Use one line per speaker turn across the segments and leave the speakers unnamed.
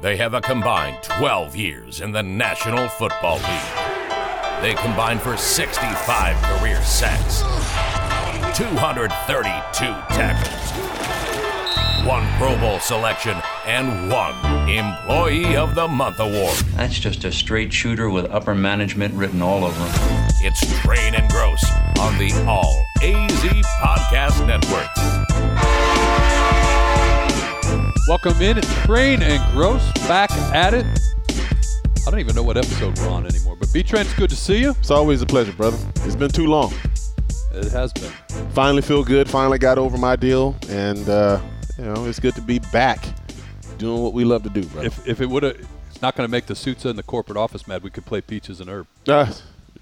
They have a combined 12 years in the National Football League. They combined for 65 career sacks, 232 tackles, one Pro Bowl selection, and one Employee of the Month award.
That's just a straight shooter with upper management written all over him.
It's Train and Gross on the All AZ Podcast Network.
Welcome in. It's Train and Gross back at it. I don't even know what episode we're on anymore, but B Train, it's good to see you.
It's always a pleasure, brother. It's been too long.
It has been.
Finally feel good. Finally got over my deal, and uh, you know it's good to be back doing what we love to do, brother.
If, if it would have, it's not going to make the suits in the corporate office mad. We could play Peaches and Herb.
Uh,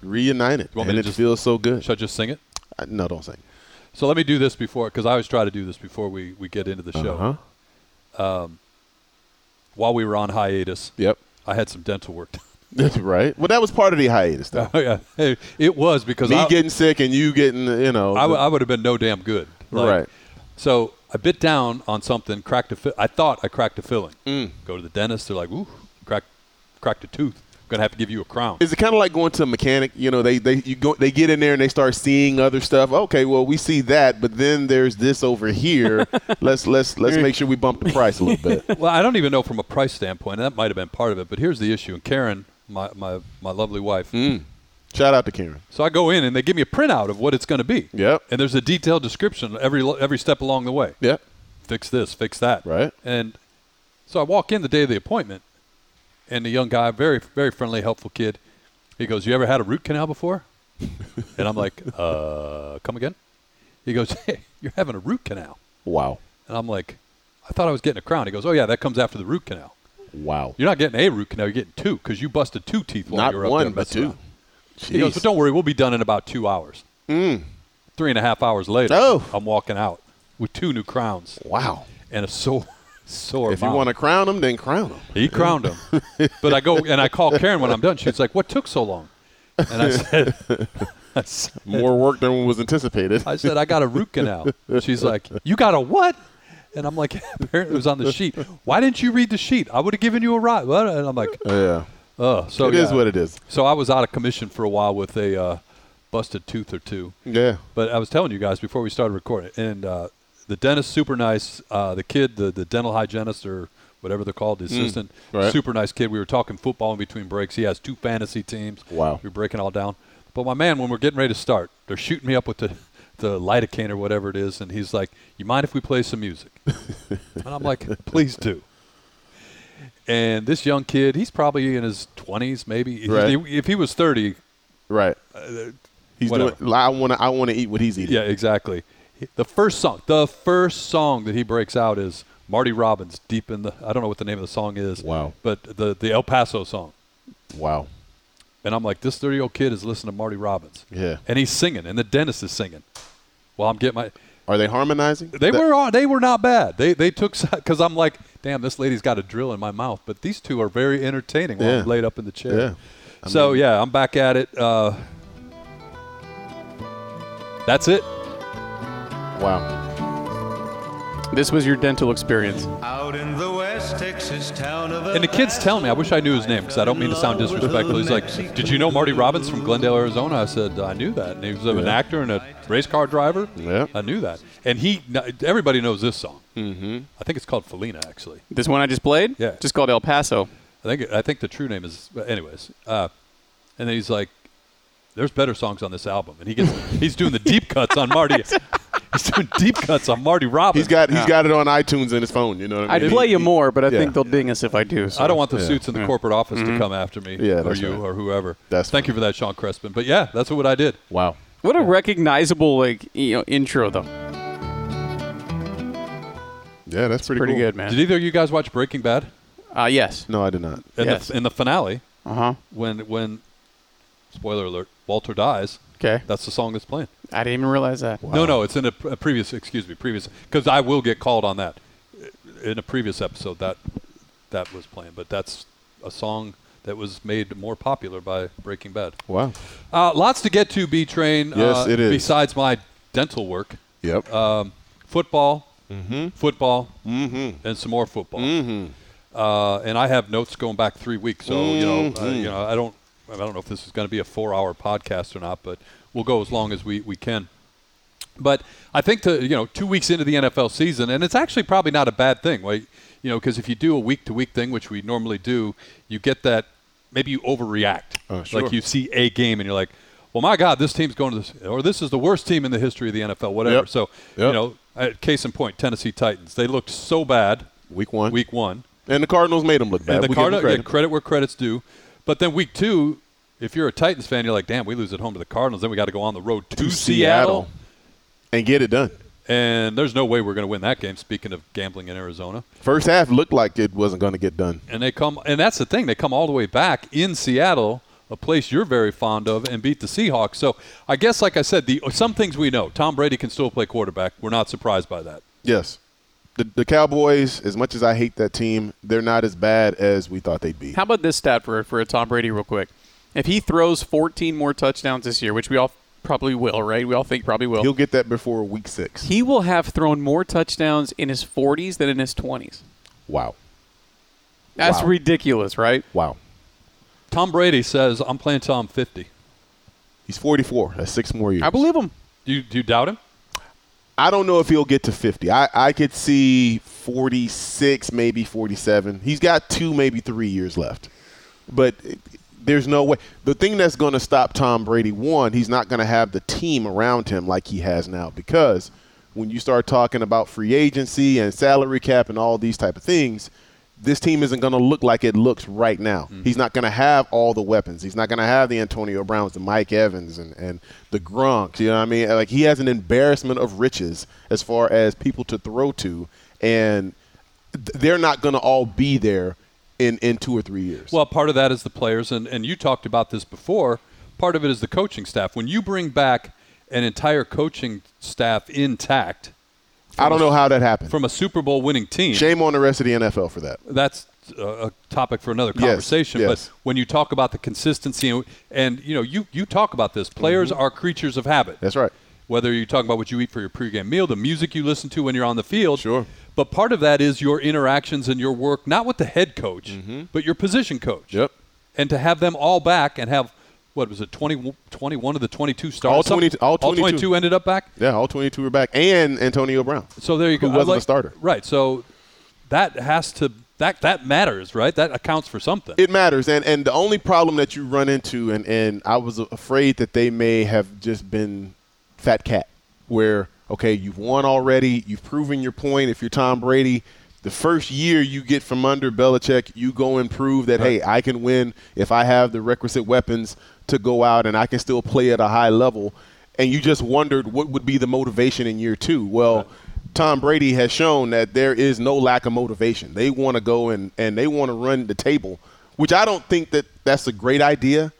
reunited,
want me
and
to
it
just-
feels so good.
Should I just sing it?
I- no, don't sing.
So let me do this before, because I always try to do this before we, we get into the show.
Uh huh.
While we were on hiatus,
Yep.
I had some dental work. done.
That's right. Well, that was part of the hiatus, though.
oh, yeah. Hey, It was because
Me
I,
getting sick and you getting, you know,
I, w- I would have been no damn good. Like,
Right.
So I bit down on something, cracked a fi- I thought I cracked a filling.
Mm.
Go to the dentist, they're like, ooh, cracked, cracked a tooth. I'm going to have to give you a crown.
Is it kind of like going to a mechanic? You know, they they you go they get in there and they start seeing other stuff. Okay, well we see that, but then there's this over here. let's let's let's make sure we bump the price a little bit.
well, I don't even know from a price standpoint. That might have been part of it. But here's the issue. And Karen, my, my, my lovely wife,
Mm. Shout out to Karen.
so I go in and they give me a printout of what it's going to be.
Yep.
And there's a detailed description every, lo- every step along the way.
Yeah.
Fix this, fix that.
Right.
And so I walk in the day of the appointment and the young guy, very, very friendly, helpful kid, he goes, You ever had a root canal before? and I'm like, uh, Come again? He goes, Hey, you're having a root canal.
Wow.
And I'm like, I thought I was getting a crown. He goes, Oh, yeah, that comes after the root canal.
Wow.
You're not getting a root canal. You're getting two because you busted two teeth while
Not
you were up
one,
there
but
messing
two.
around. He goes, but don't worry, we'll be done in about two hours. Three and a half hours later,
Mm. Oh.
I'm walking out with two new crowns
Wow.
and a sore, sore.
If you want to crown them, then crown them.
he crowned him. but I go and I call Karen when I'm done. She's like, "What took so long?" And I said, I s-
More work than was anticipated.
I said, I got a root canal. She's like, You got a what? And I'm like, Apparently it was on the sheet. Why didn't you read the sheet? I would have given you a ride. Well, And I'm like,
yeah.
Oh, so
It is
yeah.
what it is.
So I was out of commission for a while with a uh, busted tooth or two.
Yeah.
But I was telling you guys before we started recording, and uh, the dentist super nice. Uh, the kid, the, the dental hygienist or whatever they're called, the assistant,
Mm, right.
super nice kid. We were talking football in between breaks. He has two fantasy teams.
Wow.
we were breaking all down. But my man, when we're getting ready to start, they're shooting me up with the the lidocaine or whatever it is, and he's like, "You mind if we play some music?" and I'm like, "Please do." And this young kid, he's probably in his 20s, maybe. If
Right.
he- If he was 30,
Right. Uh, He's doing,
whatever.
I want to. I want to eat what he's eating.
Yeah, exactly. The first song, the first song that he breaks out is Marty Robbins, deep in the. I don't know what the name of the song is.
Wow.
But the the El Paso song,
Wow.
and I'm like, this 30 year old kid is listening to Marty Robbins.
Yeah.
And he's singing, and the dentist is singing. Well, I'm getting my.
Are they harmonizing?
They
That-
were on. They were not bad. They they took because I'm like, damn, this lady's got a drill in my mouth. But these two are very entertaining while
Yeah.
I'm laid up in the chair.
Yeah. I
so
mean-
yeah, I'm back at it. Uh, that's it.
Wow.
This was your dental experience.
Out in the West Texas town of
And the kids tell me, I wish I knew his name because I don't mean to sound disrespectful. He's like, Did you know Marty Robbins from Glendale, Arizona? I said, I knew that. And he was an actor and a race car driver.
Yeah.
I knew that. And he, everybody knows this song. Mm-hmm. I think it's called Felina, actually.
This one I just played?
Yeah.
Just called El Paso.
I think I think the true name is, but anyways. Uh, and then he's like, "There's better songs on this album," and he gets he's doing the deep cuts on Marty. he's doing deep cuts on Marty Robbins.
He's got. He's got it on iTunes in his phone. You know what I
I'd
mean?
play you more, but I
yeah.
think they'll ding us if I do. so.
I don't want the
Yeah. Mm-hmm.
suits in the
Yeah.
corporate office to come after me,
Yeah,
or
that's
you,
right.
or whoever.
That's
Thank you for that, Sean Crespin. But yeah, that's what I did.
Wow.
What a recognizable like you know intro though.
Yeah, that's pretty.
Pretty
cool.
good, man.
Did either of you guys watch Breaking Bad?
uh, yes.
No, I did not.
In,
Yes.
the, in the finale,
Uh huh.
when when spoiler alert, Walter dies.
Okay.
That's the song that's playing.
I didn't even realize that.
No, no, it's in a, pre- a previous. Excuse me, previous. Because I will get called on that. In a previous episode, that that was playing, but that's a song that was made more popular by Breaking Bad.
Wow.
Uh, lots to get to, B Train.
Yes,
uh,
it is.
Besides my dental work,
Yep.
Uh,
Mm-hmm.
um, football, football, and some more football. uh, and I have notes going back three weeks. So you know, uh,
Mm-hmm.
you know, I don't, I don't know if this is going to be a four-hour podcast or not, but we'll go as long as we, we can. But I think to you know, two weeks into the NFL season, and it's actually probably not a bad thing, right? You know, because if you do a week-to-week thing, which we normally do, you get that maybe you overreact.
Oh,
Like you see a game and you're like, well, my God, this team's going to this, or this is the worst team in the history of the NFL, whatever.
Yep.
So you
Yep.
know, uh, case in point, Tennessee Titans. They looked so bad
Week one.
Week one.
And the Cardinals made them look bad.
And the
We give 'em
Cardinals
credit.
credit. credit where credit's due. But then week two, if you're a Titans fan, you're like, damn, we lose at home to the Cardinals. Then we got to go on the road to,
To
Seattle.
Seattle. and get it done.
And there's no way we're going to win that game, speaking of gambling in Arizona.
First half looked like it wasn't going to get done.
And they come, and that's the thing, they come all the way back in Seattle, a place you're very fond of, and beat the Seahawks. So I guess, like I said, the some things we know. Tom Brady can still play quarterback. We're not surprised by that.
Yes. The, the Cowboys, as much as I hate that team, they're not as bad as we thought they'd be.
How about this stat for for Tom Brady, real quick? If he throws 14 more touchdowns this year, which we all probably will, right? We all think probably will.
He'll get that before week six.
he will have thrown more touchdowns in his 40s than in his 20s.
Wow.
That's
Wow.
ridiculous, right?
Wow.
Tom Brady says, I'm playing till I'm 50.
He's 44. That's six more years.
I believe him.
Do you, do you doubt him?
I don't know if he'll get to 50. I, I could see 46, maybe 47. He's got two, maybe three years left. But it- there's no way. The thing that's going to stop Tom Brady, one, he's not going to have the team around him like he has now because when you start talking about free agency and salary cap and all these type of things, this team isn't going to look like it looks right now. He's not going to have all the weapons. He's not going to have the Antonio Browns, the Mike Evans, and, and the Gronk. You know what I mean? Like he has an embarrassment of riches as far as people to throw to, and th- they're not going to all be there in in two or three years.
Well, part of that is the players, and, and you talked about this before. Part of it is the coaching staff. When you bring back an entire coaching staff intact
I don't know how that happened.
from a Super Bowl winning team,
Shame on the rest of the NFL for that.
that's uh, a topic for another
Yes,
conversation.
yes.
But when you talk about the consistency, and, and you know, you, you talk about this. Players are creatures of habit.
Mm-hmm. That's right.
Whether you're talking about what you eat for your pregame meal, the music you listen to when you're on the field. Sure. But part of that is your interactions and your work, not with the head coach, but your position coach.
Mm-hmm. Yep.
And to have them all back and have, what was it, 20, 21 of the 22 stars?
All 20
Some-
all 22.
22 ended up back?
Yeah, all 22 are back, and Antonio Brown.
So there you go.
Who
I
wasn't a starter.
Right. So that has to that that matters, right? That accounts for something.
It matters, and and the only problem that you run into, and and I was afraid that they may have just been fat cat, where okay, you've won already, you've proven your point. If you're Tom Brady, the first year you get from under Belichick, you go and prove that hey, I can win if I have the requisite weapons to go out and I can still play at a high level. And you just wondered what would be the motivation in year two. Well. Tom Brady has shown that there is no lack of motivation. They want to go and, and they want to run the table, which I don't think that that's a great idea.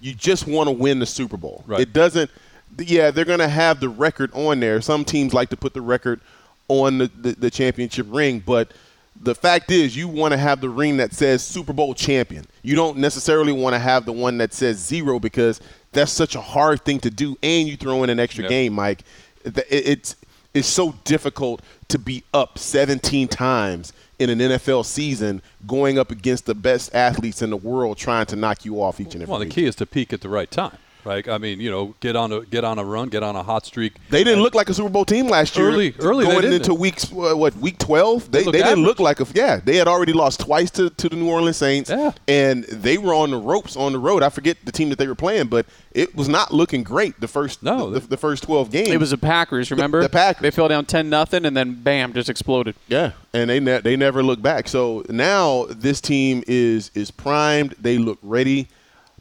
You just want to win the Super Bowl.
Right.
It doesn't. Yeah, they're going to have the record on there. Some teams like to put the record on the, the, the championship ring, but the fact is, you want to have the ring that says Super Bowl champion. You don't necessarily want to have the one that says zero because that's such a hard thing to do, and you throw in an extra
Yeah.
game, Mike. Th- it- It's it's so difficult to be up 17 times in an NFL season, going up against the best athletes in the world, trying to knock you off each and every
well, the
week.
key is to peak at the right time. Right? I mean, you know, get on a get on a run, get on a hot streak.
They didn't look like a Super Bowl team last year.
Early- early they
going
didn't.
into weeks uh, what week twelve, they,
looked
they didn't
average.
look like a yeah. They had already lost twice to, to the New Orleans Saints,
Yeah.
and they were on the ropes on the road. I forget the team that they were playing, but it was not looking great the first
No,
the,
they-
the first twelve games.
It was the Packers, remember?
the Packers.
They fell down 10 nothing and then bam, just exploded.
Yeah, and they ne- they never look back. So now this team is is primed. They look ready.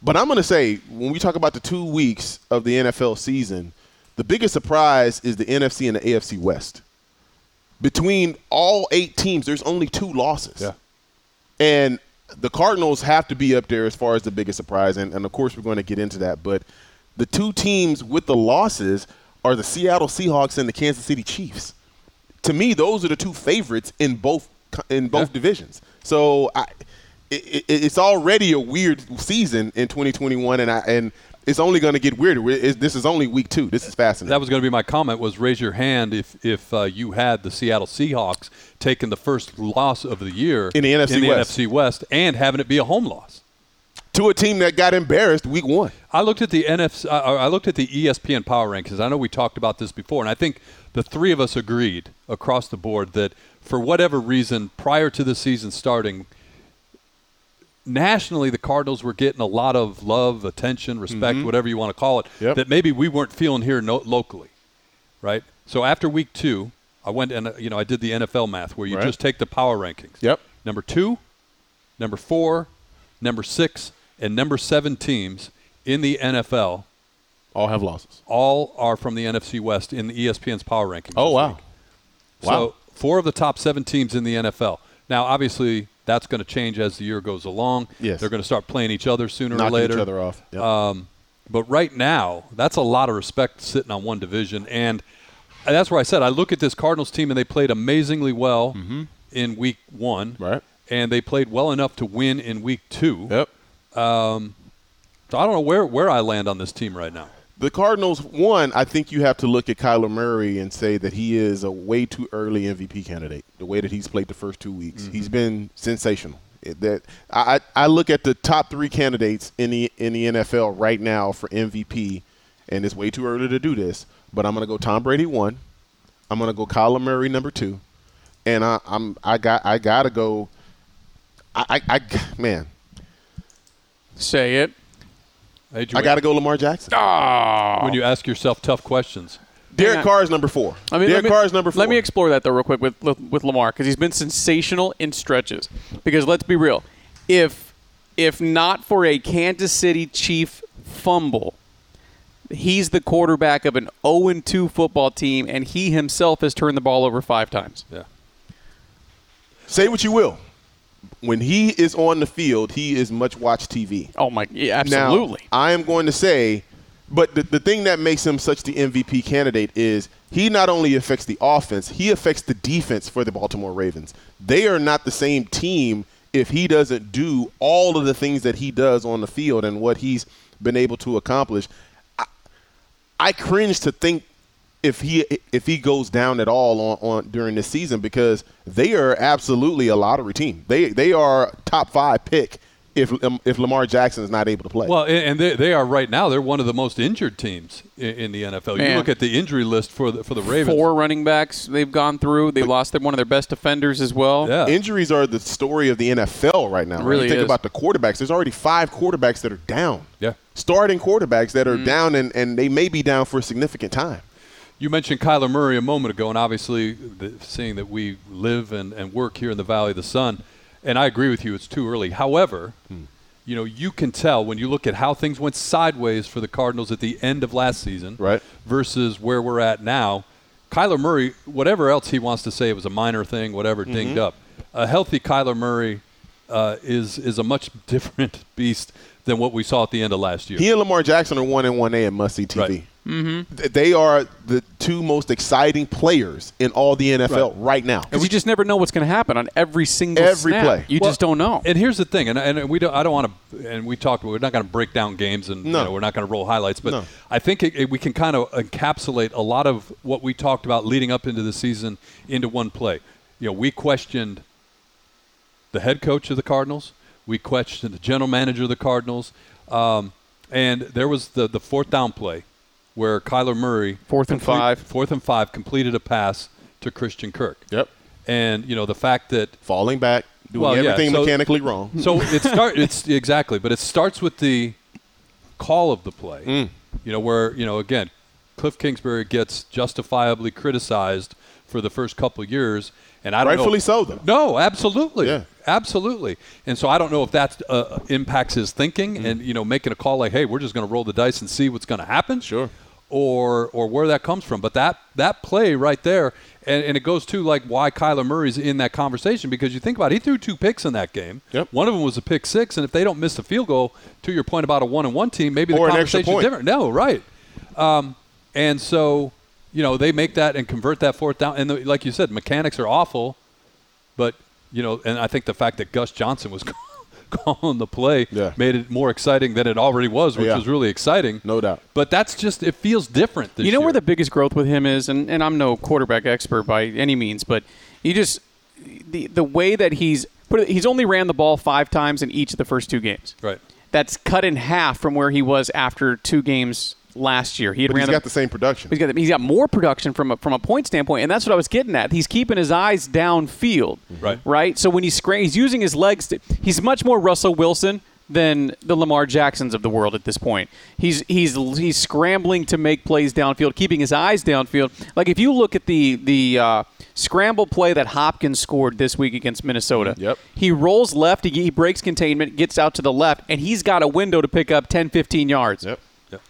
But I'm going to say when we talk about the two weeks of the NFL season, the biggest surprise is the NFC and the AFC West. Between all eight teams, there's only two losses.
Yeah.
And the Cardinals have to be up there as far as the biggest surprise. And, and of course, we're going to get into that. But the two teams with the losses are the Seattle Seahawks and the Kansas City Chiefs. To me, those are the two favorites in both in both divisions. So I, it, it, it's already a weird season in 2021, and I and it's only going to get weirder. We- it's- this is only week two. This is fascinating.
That was going to be my comment. Was raise your hand if if uh, you had the Seattle Seahawks taking the first loss of the year
In the NFC West.
NFC West and having it be a home loss.
to a team that got embarrassed week one.
I looked at the NFC. I, I looked at the E ESPN power rankings. I know we talked about this before, and I think the three of us agreed across the board that for whatever reason, prior to the season starting, nationally the Cardinals were getting a lot of love, attention, respect, whatever you want to call it.
Mm-hmm. Yep.
That maybe we weren't feeling here no- locally, right? So after week two, I went and uh, you know I did the NFL math where you
Right.
just take the power rankings.
Yep.
Number two, number four, number six, and number seven teams in the NFL
All have losses.
all are from the NFC West in the E ESPN's power rankings.
Oh
this
wow.
week.
Wow.
So four of the top seven teams in the NFL. Now, obviously, that's going to change as the year goes along.
Yes.
They're going to start playing each other sooner
Knocking
or later. Uh,
each other off. Yep.
But right now, that's a lot of respect sitting on one division. And that's where I said I look at this Cardinals team, and they played amazingly well in week one.
Right.
And they played well enough to win in week two.
yep.
So I don't know where, where I land on this team right now.
The Cardinals one, I think you have to look at Kyler Murray and say that he is a way too early MVP candidate. The way that he's played the first two weeks, he's been sensational. It- That I, I I look at the top three candidates in the in the NFL right now for MVP, and it's way too early to do this. But I'm gonna go Tom Brady one, I'm gonna go Kyler Murray number two, and I, I'm I got I gotta go. I, I, I man,
Say it.
Hey, Joy,
I gotta go Lamar Jackson.
when you ask yourself tough questions.
Derek
on.
Carr is number four.
I mean,
Derek
let me,
Carr is number four.
Let me explore that though, real quick, with with, with Lamar, because he's been sensational in stretches. Because let's be real, if if not for a Kansas City Chief fumble, he's the quarterback of an 0-2 football team, and he himself has turned the ball over five times.
Yeah.
Say what you will. When he is on the field, he is much watch TV.
Oh my, yeah, absolutely.
Now, I am going to say, but the, the thing that makes him such the MVP candidate is he not only affects the offense, he affects the defense for the Baltimore Ravens. They are not the same team if he doesn't do all of the things that he does on the field and what he's been able to accomplish. I, I cringe to think if he if he goes down at all on, on during this season because they are absolutely a lottery team. They they are top five pick if um, if Lamar Jackson is not able to play.
Well, a- and they, they are right now. They're one of the most injured teams i- in the NFL. You
Man.
look at the injury list for the, for the Ravens.
Four running backs they've gone through. They lost their, one of their best defenders as well.
Yeah.
Injuries are the story of the NFL right now. right?
Really
you think
is.
about the quarterbacks. There's already five quarterbacks that are down.
Yeah. Mm-hmm.
Starting quarterbacks that are down and, and they may be down for a significant time.
You mentioned Kyler Murray a moment ago, and obviously, the, seeing that we live and, and work here in the Valley of the Sun, and I agree with you, it's too early. However, you know, you can tell when you look at how things went sideways for the Cardinals at the end of last season
Right.
versus where we're at now. Kyler Murray, whatever else he wants to say, it was a minor thing, whatever, dinged up. A healthy Kyler Murray uh, is is a much different beast than what we saw at the end of last year.
He and Lamar Jackson are one and one A at Must See TV.
Right.
Mm-hmm.
Th- They are the two most exciting players in all the NFL right, now.
Because you just never know what's going to happen on every single
Every
snap.
play.
You
Well,
just don't know.
And here's the thing, and, and we don't, I don't want to, and we talked, we're not going to break down games, and you
No.
know, we're not going to roll highlights, but
No.
I think it, it- we can kind of encapsulate a lot of what we talked about leading up into the season into one play. You know, we questioned the head coach of the Cardinals, we questioned the general manager of the Cardinals, um, and there was the the fourth down play where Kyler Murray
Fourth and five.
fourth and five completed a pass to Christian Kirk.
Yep.
And you know the fact that
Falling back, doing
Well, yeah,
everything
so-
mechanically wrong.
so it start it's exactly, but it starts with the call of the play.
Mm.
You know where you know again, Cliff Kingsbury gets justifiably criticized for the first couple of years, and I don't know-
Rightfully so, though.
No, absolutely,
Yeah.
absolutely. And so I don't know if that uh, impacts his thinking
Mm-hmm.
and you know making a call like, hey, we're just going to roll the dice and see what's going to happen.
Sure.
Or, or where that comes from, but that that play right there, and, and it goes to like why Kyler Murray's in that conversation because you think about it, he threw two picks in that game.
Yep.
One of them was a pick six, and if they don't miss the field goal, to your point about a one and one team, maybe the
Or an extra
conversation's
point.
different. No, right. Um, and so, you know, they make that and convert that fourth down. And the, like you said, mechanics are awful, but you know, and I think the fact that Gus Johnson was calling the play
Yeah.
made it more exciting than it already was, which
Yeah.
was really exciting.
No doubt.
But that's just it feels different. This
you know
year.
where the biggest growth with him is, and, and I'm no quarterback expert by any means, but you just the the way that he's put it, he's only ran the ball five times in each of the first two games.
Right.
That's cut in half from where he was after two games last year. He had
But
ran
he's got the same production.
He's got he's got more production from a, from a point standpoint, and that's what I was getting at. He's keeping his eyes downfield,
Right.
Right. So when he's scra- he's using his legs. To, he's much more Russell Wilson than the Lamar Jacksons of the world at this point. He's he's he's scrambling to make plays downfield, keeping his eyes downfield. Like if you look at the the uh, scramble play that Hopkins scored this week against Minnesota.
Yep.
He rolls left, he, he breaks containment, gets out to the left, and he's got a window to pick up 10, 15 yards.
Yep.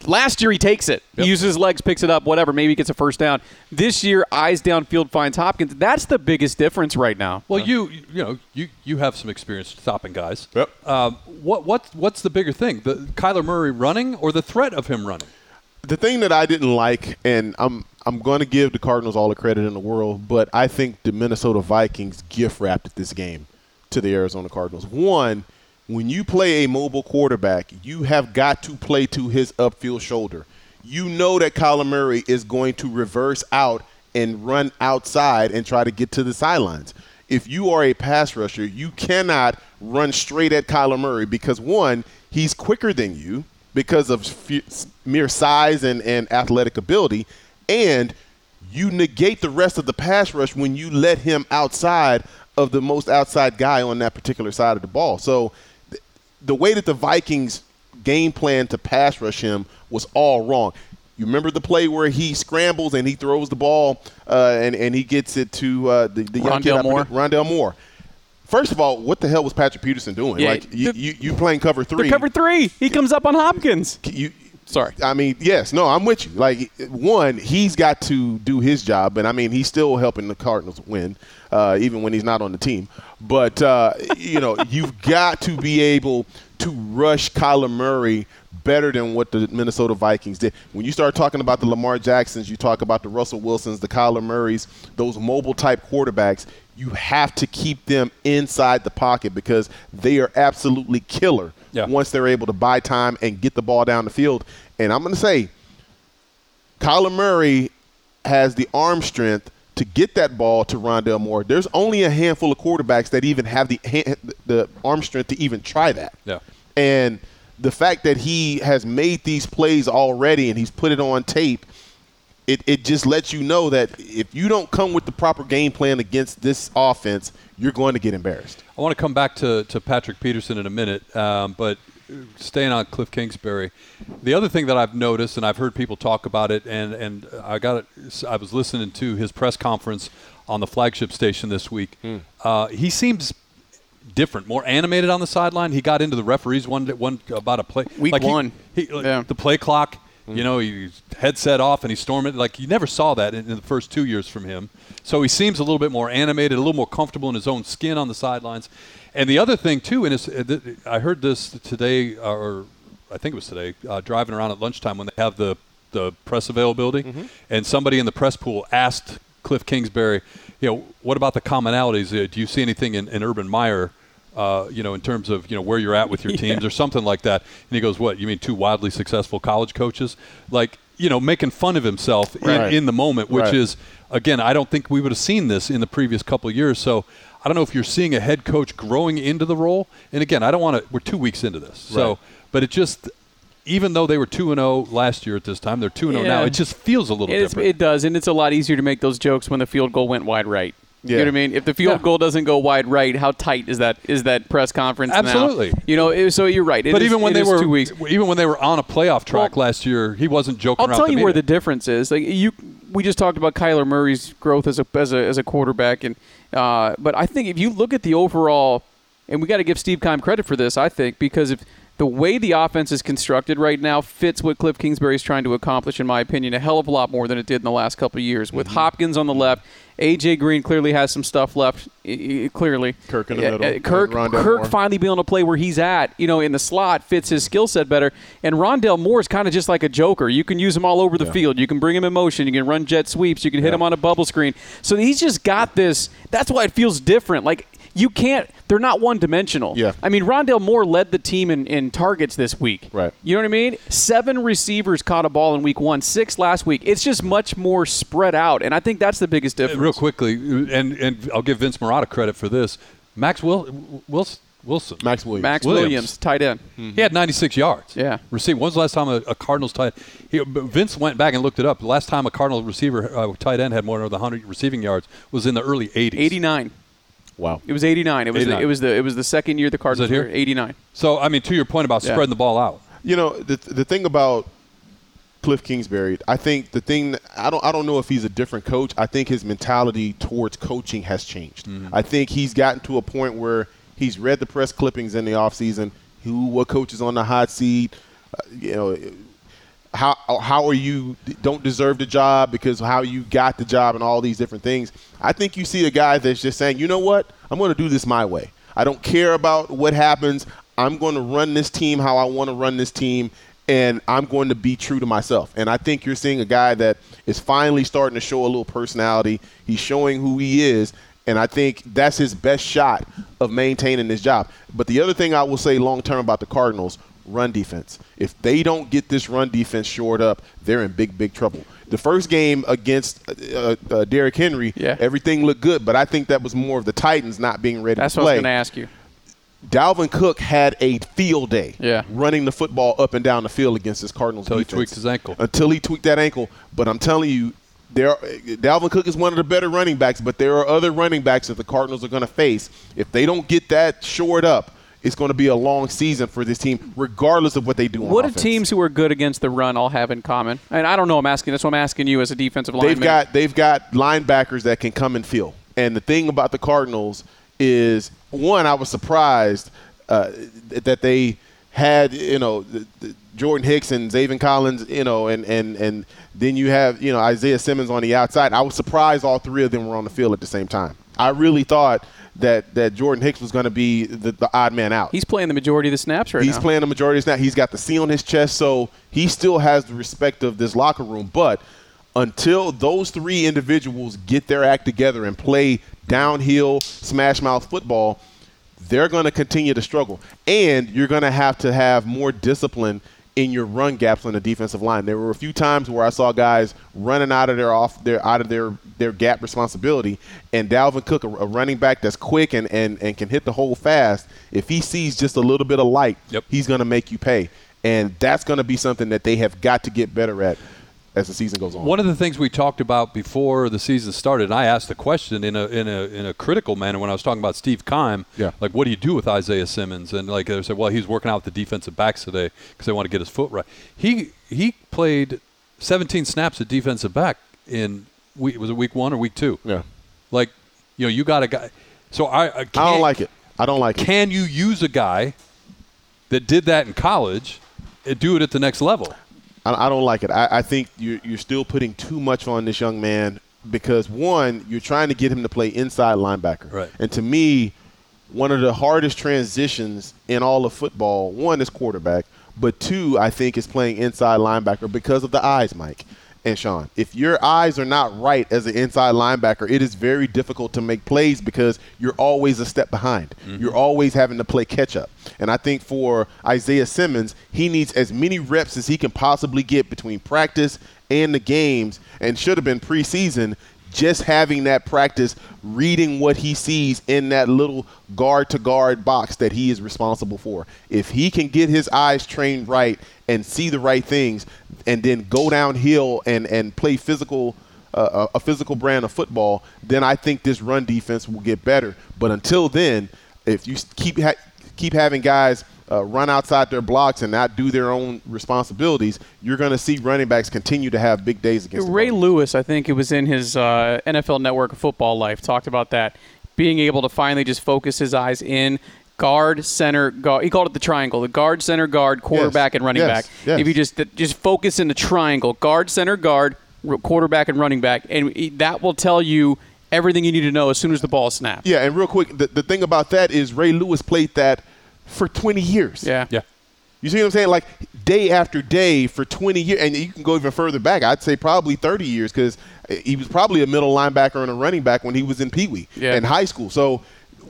Last year he takes it.
Yep.
He uses his legs, picks it up, whatever. Maybe gets a first down. This year, eyes downfield finds Hopkins. That's the biggest difference right now.
Well, you you know you you have some experience stopping guys.
Yep.
Um, what what what's the bigger thing, the Kyler Murray running or the threat of him running?
the thing that I didn't like, and I'm I'm going to give the Cardinals all the credit in the world, but I think the Minnesota Vikings gift wrapped this game to the Arizona Cardinals. One, when you play a mobile quarterback, you have got to play to his upfield shoulder. You know that Kyler Murray is going to reverse out and run outside and try to get to the sidelines. If you are a pass rusher, you cannot run straight at Kyler Murray because one, he's quicker than you because of f- mere size and, and athletic ability, and you negate the rest of the pass rush when you let him outside of the most outside guy on that particular side of the ball. So th- the way that the Vikings game plan to pass rush him was all wrong. You remember the play where he scrambles and he throws the ball uh, and, and he gets it to uh, the, the young kid
Rondale
I
Moore.
predict- Rondell Moore. First of all, what the hell was Patrick Peterson doing?
Yeah,
like you,
the-
you, you playing cover
The
three.
cover three. He comes up on Hopkins.
You,
Sorry.
I mean, yes, no, I'm with you. Like, one, he's got to do his job, and I mean, he's still helping the Cardinals win, uh, even when he's not on the team. But uh, you know, you've got to be able to rush Kyler Murray better than what the Minnesota Vikings did. When you start talking about the Lamar Jacksons, you talk about the Russell Wilsons, the Kyler Murrays, those mobile type quarterbacks. You have to keep them inside the pocket because they are absolutely killer
Yeah.
once they're able to buy time and get the ball down the field. And I'm going to say, Kyler Murray has the arm strength to get that ball to Rondell Moore. There's only a handful of quarterbacks that even have the hand, the arm strength to even try that.
Yeah.
And the fact that he has made these plays already and he's put it on tape, it, it just lets you know that if you don't come with the proper game plan against this offense, you're going to get embarrassed.
I want to come back to, to Patrick Peterson in a minute, um, but staying on Cliff Kingsbury, the other thing that I've noticed, and I've heard people talk about it, and, and I got it, I was listening to his press conference on the flagship station this week. Uh, he seems different, more animated on the sideline. He got into the referees one one about a play.
Week
he-
one.
he- like,
Yeah.
the play clock. You know, he's headset off and he's storming. Like you never saw that in, in the first two years from him. So he seems a little bit more animated, a little more comfortable in his own skin on the sidelines. And the other thing too, and it's, uh, th- I heard this today, uh, or I think it was today, uh, driving around at lunchtime when they have the the press availability, and somebody in the press pool asked Cliff Kingsbury, you know, what about the commonalities? Uh, do you see anything in, in Urban Meyer? uh, you know, in terms of you know where you're at with your teams or something like that. And he goes, "What you mean? Two wildly successful college coaches? Like you know, making fun of himself
Right.
in, in the moment, which
Right.
is again, I don't think we would have seen this in the previous couple of years. So I don't know if you're seeing a head coach growing into the role. And again, I don't want to. We're two weeks into this, so
Right.
but it just. Even though they were two and zero last year at this time, they're two and zero now.
Yeah.
It just feels a little
It, is,
different.
it does, and it's a lot easier to make those jokes when the field goal went wide right. You
Yeah.
know what I mean? If the field
Yeah.
goal doesn't go wide right, how tight is that? Is that press conference? now?
Absolutely.
You know, it, so you're right. It
but
is-
even when
it
they
is
were
two weeks,
even when they were on a playoff track
Well,
last year, he wasn't joking.
I'll
around
tell
with
you where
media.
the difference is. Like you, we just talked about Kyler Murray's growth as a as a, as a quarterback, and uh, but I think if you look at the overall, and we got to give Steve Kime credit for this, I think because if the way the offense is constructed right now fits what Cliff Kingsbury is trying to accomplish, in my opinion, a hell of a lot more than it did in the last couple of years. With
Mm-hmm.
Hopkins on the left, AJ Green clearly has some stuff left. i- i- Clearly,
Kirk in the
Yeah,
middle,
uh,
and
Kirk,
Rondell
Kirk
Moore.
finally being able to play where he's at, you know, in the slot fits his skill set better. And Rondell Moore is kind of just like a joker. You can use him all over the field. You can bring him in motion. You can run jet sweeps. You can hit him on a bubble screen. So he's just got this. That's why it feels different. Like you can't. They're not one dimensional.
Yeah.
I mean, Rondell Moore led the team in, in targets this week.
Right.
You know what I mean? Seven receivers caught a ball in week one, six last week. It's just much more spread out, and I think that's the biggest difference.
Real quickly, and and I'll give Vince Marotta credit for this. Max Will, Wilson, Wilson.
Max Williams.
Max
Williams. Hmm.
Williams, tight end.
He had 96 yards.
Yeah.
Receive. When's the last time a, a Cardinals tight? He, Vince went back and looked it up. The last time a Cardinal receiver uh, tight end had more than 100 receiving yards was in the early 80s.
89.
Wow.
It was 89. It was
89.
The, it was the it was the second year the Cardinals
here?
were 89.
So I mean, to your point about
Yeah.
spreading the ball out,
You know, the the thing about Cliff Kingsbury, I think the thing I don't I don't know if he's a different coach. I think his mentality towards coaching has changed. I think he's gotten to a point where he's read the press clippings in the offseason, who what coach is on the hot seat, uh, you know, how how are you don't deserve the job because how you got the job and all these different things. I think you see a guy that's just saying, you know what, I'm going to do this my way. I don't care about what happens. I'm going to run this team how I want to run this team, and I'm going to be true to myself. And I think you're seeing a guy that is finally starting to show a little personality. He's showing who he is, and I think that's his best shot of maintaining his job. But the other thing I will say long term about the Cardinals run defense. If they don't get this run defense shored up, they're in big, big trouble. The first game against uh, uh, Derrick Henry,
Yeah.
everything looked good, but I think that was more of the Titans not being ready
That's
to
what I
play.
was going to ask you.
Dalvin Cook had a field day
Yeah.
running the football up and down the field against this Cardinals
Until he
defense.
tweaked his ankle.
Until he tweaked that ankle. But I'm telling you, there, Dalvin Cook is one of the better running backs, but there are other running backs that the Cardinals are going to face. If they don't get that shored up, it's going to be a long season for this team, regardless of what they do on
What do
offense.
teams who are good against the run all have in common? And I don't know. I'm asking. That's what I'm asking you as a defensive lineman.
They've got they've got linebackers that can come and fill. And the thing about the Cardinals is one, I was surprised uh, th- that they had you know the, the Jordan Hicks and Zayvon Collins, you know, and and and then you have you know Isaiah Simmons on the outside. I was surprised all three of them were on the field at the same time. I really thought that that Jordan Hicks was going to be the, the odd man out.
He's playing the majority of the snaps right
He's
now.
playing the majority of his now. He's got the C on his chest, so he still has the respect of this locker room. But until those three individuals get their act together and play downhill, smash mouth football, they're going to continue to struggle. And you're going to have to have more discipline in your run gaps on the defensive line. There were a few times where I saw guys running out of their off their out of their their gap responsibility. And Dalvin Cook, a, a running back that's quick and, and and can hit the hole fast, if he sees just a little bit of light,
Yep.
he's going to make you pay. And that's going to be something that they have got to get better at as the season goes on.
One of the things we talked about before the season started, and I asked the question in a in a in a critical manner when I was talking about Steve Kime.
Yeah.
Like, what do you do with Isaiah Simmons? And like they said, well, he's working out with the defensive backs today because they want to get his foot right. He he played 17 snaps at defensive back in week, was it week one or week two?
Yeah.
Like, you know, you got a guy. So I I,
I
can't-
don't like it. I don't like it.
Can you use a guy that did that in college and do it at the next level?
I, I don't like it. I, I think you're, you're still putting too much on this young man because one, you're trying to get him to play inside linebacker,
Right.
and to me, one of the hardest transitions in all of football, one is quarterback, but two, I think is playing inside linebacker because of the eyes, Mike and Sean. If your eyes are not right as an inside linebacker, it is very difficult to make plays because you're always a step behind. You're always having to play catch up. And I think for Isaiah Simmons, he needs as many reps as he can possibly get between practice and the games and should have been preseason just having that practice reading what he sees in that little guard to guard box that he is responsible for if he can get his eyes trained right and see the right things and then go downhill and and play physical uh, a a physical brand of football then i think this run defense will get better but until then if you s- keep ha- keep having guys uh, run outside their blocks and not do their own responsibilities you're going to see running backs continue to have big days against the
Ray
Cardinals.
Lewis, I think it was in his uh, NFL Network of Football Life, talked about that being able to finally just focus his eyes in guard, center, guard. He called it the triangle: the guard, center, guard, quarterback, and running
Yes.
back.
Yes.
If you just th- just focus in the triangle: guard, center, guard, r- quarterback, and running back, and he- that will tell you everything you need to know as soon as the ball snaps.
Yeah, and real quick, the, the thing about that is Ray Lewis played that for 20 years.
Yeah.
Yeah.
You see what I'm saying? Like day after day for 20 years, and you can go even further back. I'd say probably 30 years eh, because he was probably a middle linebacker and a running back when he was in Pee Wee
Yeah.
in high school. So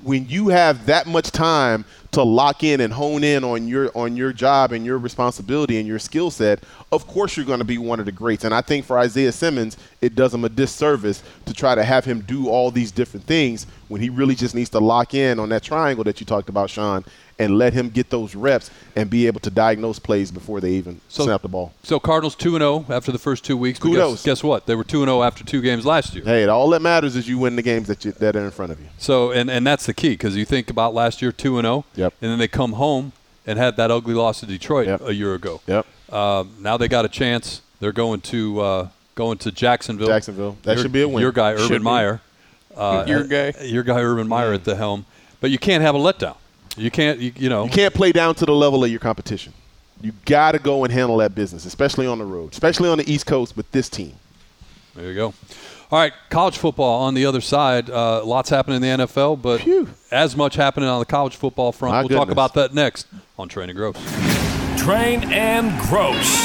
when you have that much time to lock in and hone in on your on your job and your responsibility and your skill set, of course you're going to be one of the greats. And I think for Isaiah Simmons, it does him a disservice to try to have him do all these different things when he really just needs to lock in on that triangle that you talked about, Sean, and let him get those reps and be able to diagnose plays before they even snap the ball.
So Cardinals two and zero after the first two weeks. but guess-
Kudos.
Guess, what? They were two and zero after two games last year.
Hey, all that matters is you win the games that you, that are in front of you.
So and and that's the key because you think about last year two and zero.
Yep.
And then they come home and had that ugly loss to Detroit
Yep.
a year ago.
Yep.
Um, now they got a chance. They're going to uh, going to Jacksonville.
Jacksonville. That
Your-
should be a win.
Your guy
Should
Urban
be.
Meyer. uh,
Your guy.
Your guy Urban Meyer at the helm. But you can't have a letdown. You can't. You, you know.
You can't play down to the level of your competition. You got to go and handle that business, especially on the road, especially on the East Coast with this team.
There you go. All right, college football on the other side. Uh, lots happening in the NFL, but as much happening on the college football front.
My
we'll talk
goodness.
about that next on Training Gross.
Train and Gross.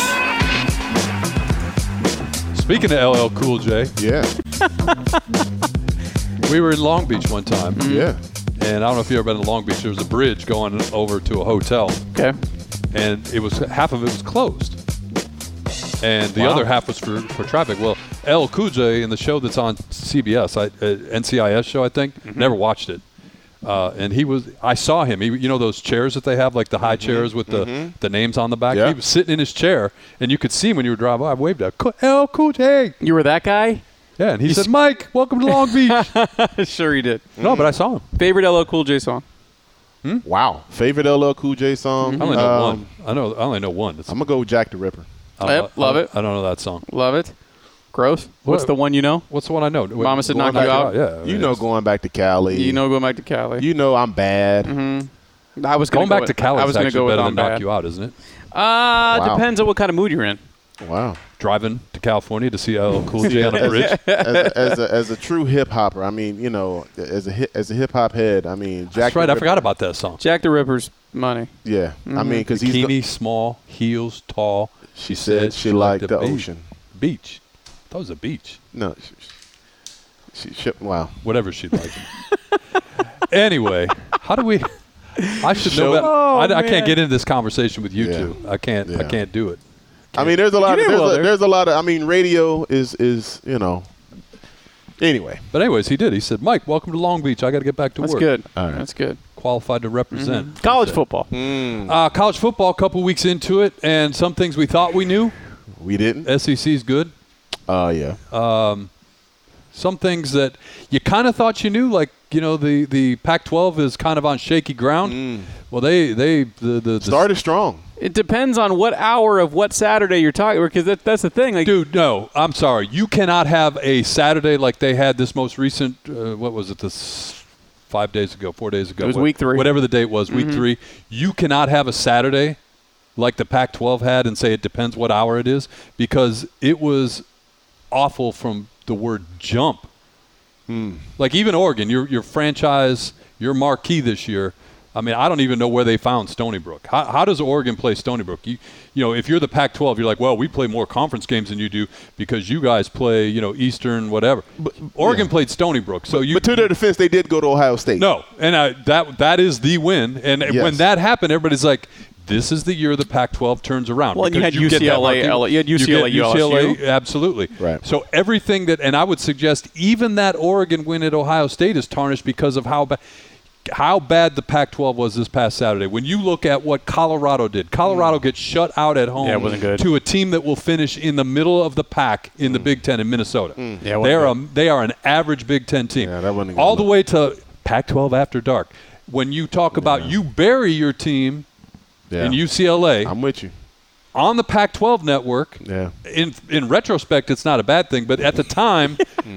Speaking of LL Cool J,
Yeah,
we were in Long Beach one time,
yeah.
and I don't know if you ever been to Long Beach. There was a bridge going over to a hotel,
Okay.
and it was half of it was closed, and the
Wow.
other half was for, for traffic. Well, LL Cool J in the show that's on CBS, I, uh, NCIS show, I think,
Mm-hmm.
never watched it. Uh, and he was, I saw him. He, you know those chairs that they have, like the high
Mm-hmm.
chairs with the, the names on the back.
Yeah.
He was sitting in his chair, and you could see him when you were driving. by. I waved at him, "L Cool J."
You were that guy?
Yeah, and he said, "Mike, welcome to Long Beach."
sure he did.
no, but I saw him.
Favorite LL Cool J song?
Wow. Favorite LL Cool J song?
I only know
Um,
one. I know. I only know one. It's,
I'm gonna go with Jack the Ripper.
I don't
Yep,
know-
love
I don't-
it.
I don't know that song.
Love it. Gross. What's
What-
the one you know?
What's the one I know?
Mama said
Going
knock you
back
out.
to- Yeah, I
you
mean,
know,
it's-
going back to Cali.
You know, going back to Cali.
you know, I'm bad.
Mm-hmm.
I was gonna
going back
go
to
with-
Cali
I
is
was gonna
actually
go with
better than
I'm
knock
Bad.
you out, isn't it?
Uh,
Wow.
depends on what kind of mood you're in.
Wow.
Driving to California to see LL Cool J on a bridge.
As a, as a, as a true hip hopper, I mean, you know, as a hi- as a hip hop head, I mean, Jack.
That's
the
right. I
Ripper.
forgot about that song.
Jack the Ripper's money.
Yeah, I mean, because he's.
Bikini,
The,
small, heels, tall.
she said she liked the
beach.
ocean.
Beach. That was a beach.
No. She, she, she, wow.
Whatever she liked. anyway, how do we? I should know. About, I, I can't get into this conversation with you
Oh, Yeah.
two. I can't. I
Yeah.
can't do it.
I mean, there's a lot. Of,
did
there's,
well
a,
there.
there's a lot of. I mean, radio is is you know. Anyway,
But anyways, he did. He said, "Mike, welcome to Long Beach. I got to get back to
That's
work."
good.
All right.
That's good.
Qualified to represent he
College
said.
football.
Mm-hmm.
Uh, college football, a couple weeks into it, and some things we thought we knew.
we didn't.
SEC's E good.
Oh yeah.
Uh, Some things that you kind of thought you knew, like you know the the Pac-12 is kind of on shaky ground.
Mm.
Well, they they the the, the
Started strong.
It depends on what hour of what Saturday you're talking because that, that's the thing. Like,
Dude, no, I'm sorry. You cannot have a Saturday like they had this most recent. Uh, what was it? This five days ago, four days ago.
It was
what-
week three. Mm-hmm.
Whatever the date was, week three. You cannot have a Saturday like the Pac-12 had and say it depends what hour it is because it was awful from the word jump.
Hmm.
Like even Oregon, your your franchise, your marquee this year. I mean, I don't even know where they found Stony Brook. How, how does Oregon play Stony Brook? You, you know, if you're the Pac-12, you're like, well, we play more conference games than you do because you guys play, you know, Eastern, whatever. Oregon played Stony Brook, so you
But to their defense, they did go to Ohio State.
no, and I, that that is the win. And when
Yes.
that happened, everybody's like, "This is the year the Pac-12 turns around."
Well, and you
Because
had
get that
UCLA,
marquee-
L- you had UCLA,
get
LSU.
absolutely.
Right.
So everything that, and I would suggest even that Oregon win at Ohio State is tarnished because of how bad. How bad the Pac-12 was this past Saturday. When you look at what Colorado did, Colorado gets shut out at home
Mm. Yeah, it wasn't good. Mm.
to a team that will finish in the middle of the pack in the Big Ten in Minnesota.
Yeah, it wasn't
they are a, they are an average Big Ten team.
Yeah, that wasn't a good
all the
look.
way way to Pac-12 after dark. When you talk about you bury your team
Yeah.
in UCLA
I'm with you.
on the Pac-12 network.
Yeah.
In in retrospect, it's not a bad thing, but at the time,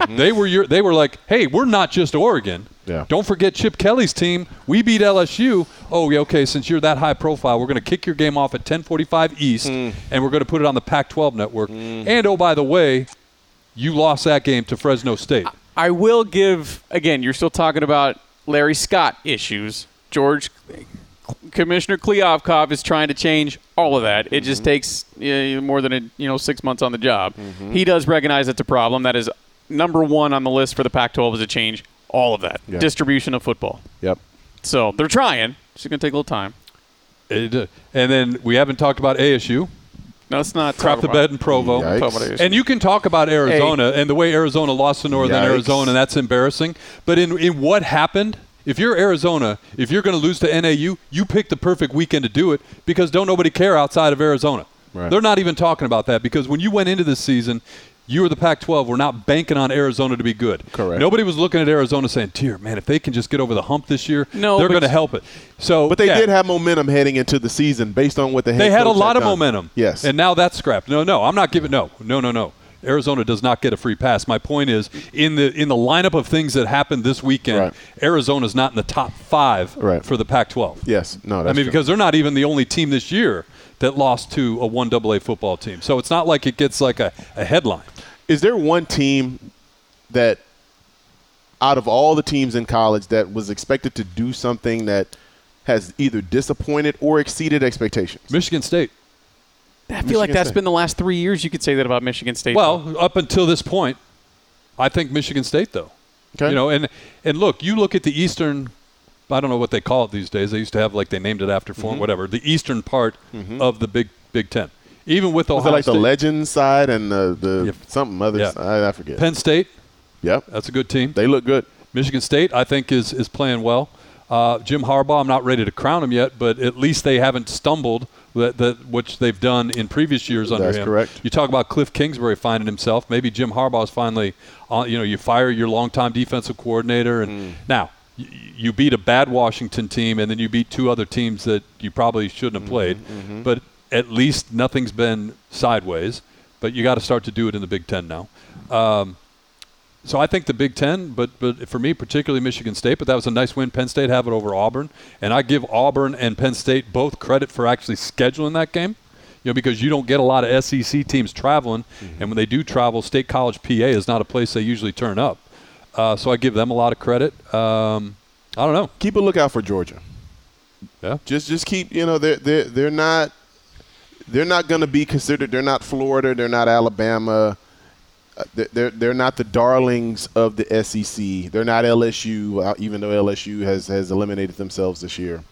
they were your they were like, hey, we're not just Oregon.
Mm-hmm. Yeah.
Don't forget Chip Kelly's team. We beat LSU. Oh, yeah, okay. Since you're that high profile, we're going to kick your game off at 10:45 East,
Hmm.
and we're going to put it on the Pac-12 network. And oh, by the way, you lost that game to Fresno State.
I will give again. You're still talking about Larry Scott issues. George Commissioner Kleofkov is trying to change all of that. It
Mm-hmm.
just takes uh, more than a, you know six months on
Mm-hmm.
the job. He does recognize it's a problem. That is number one on the list for the Pac-12 is a change all of that
Yeah.
distribution of football.
Yep.
So they're trying. It's going to take a little time.
It, uh, and then we haven't talked about ASU.
No, it's not.
Crap the bed in Provo.
Yikes.
Talk about it.
And you can talk about Arizona and the way Arizona lost to Northern
Yikes.
Arizona, and that's embarrassing. But in, in what happened, if you're Arizona, if you're going to lose to NAU, you pick the perfect weekend to do it because don't nobody care outside of Arizona.
Right.
They're not even talking about that because when you went into this season, you or the Pac 12 were not banking on Arizona to be good.
Correct.
Nobody was looking at Arizona saying, dear, man, if they can just get over the hump this year,
No,
they're
but-
going to help it. So,
But they
yeah.
did have momentum heading into the season based on what the head
They had a
coach
lot of
done.
momentum.
Yes.
And now that's scrapped. No, no, I'm not giving no. No, no, no. Arizona does not get a free pass. My point is in the in the lineup of things that happened this weekend,
Right.
Arizona's not in the top 5
Right.
for the Pac-12.
yes. No.
I
That's
mean
true.
because they're not even the only team this year that lost to a 1AA football team. So it's not like it gets like a, a headline.
is there one team that out of all the teams in college that was expected to do something that has either disappointed or exceeded expectations?
Michigan State.
I feel like
Michigan
that's
State.
been the last three years. You could say that about Michigan State.
Well, up until this point, I think Michigan State though.
Okay.
You know, and and look, you look at the eastern. I don't know what they call it these days. They used to have like they named it after
Mm-hmm.
form, whatever. The eastern part of the Big Big Ten, even with
Was
Ohio
it like the
State.
legend side and the, the
Yep.
something other
Yeah.
side? I forget.
Penn State,
yep.
that's a good team.
They look good.
Michigan State, I think, is is playing well. Uh, Jim Harbaugh, I'm not ready to crown him yet, but at least they haven't stumbled that, that which they've done in previous years under
That's
him.
correct.
You talk about Cliff Kingsbury finding himself. Maybe Jim Harbaugh's finally, on, you know, you fire your longtime defensive coordinator,
Mm.
and now y- you beat a bad Washington team, and then you beat two other teams that you probably shouldn't
Mm-hmm,
have played. But at least nothing's been sideways. But you got to start to do it in the Big Ten now. So I think the Big Ten, but but for me particularly Michigan State, but that was a nice win. Penn State have it over Auburn, and I give Auburn and Penn State both credit for actually scheduling that game. You know, because you don't get a lot of SEC teams traveling, and when they do travel, State College, PA is not a place they usually turn up. Uh, so I give them a lot of credit. Um, I don't know.
Keep a lookout for Georgia.
Yeah.
Just just keep you know they're they're they're not they're not going to be considered. They're not Florida. They're not Alabama. Uh, they're- They're they're not the darlings of the SEC. They're not LSU, uh, even though LSU has has eliminated themselves this year.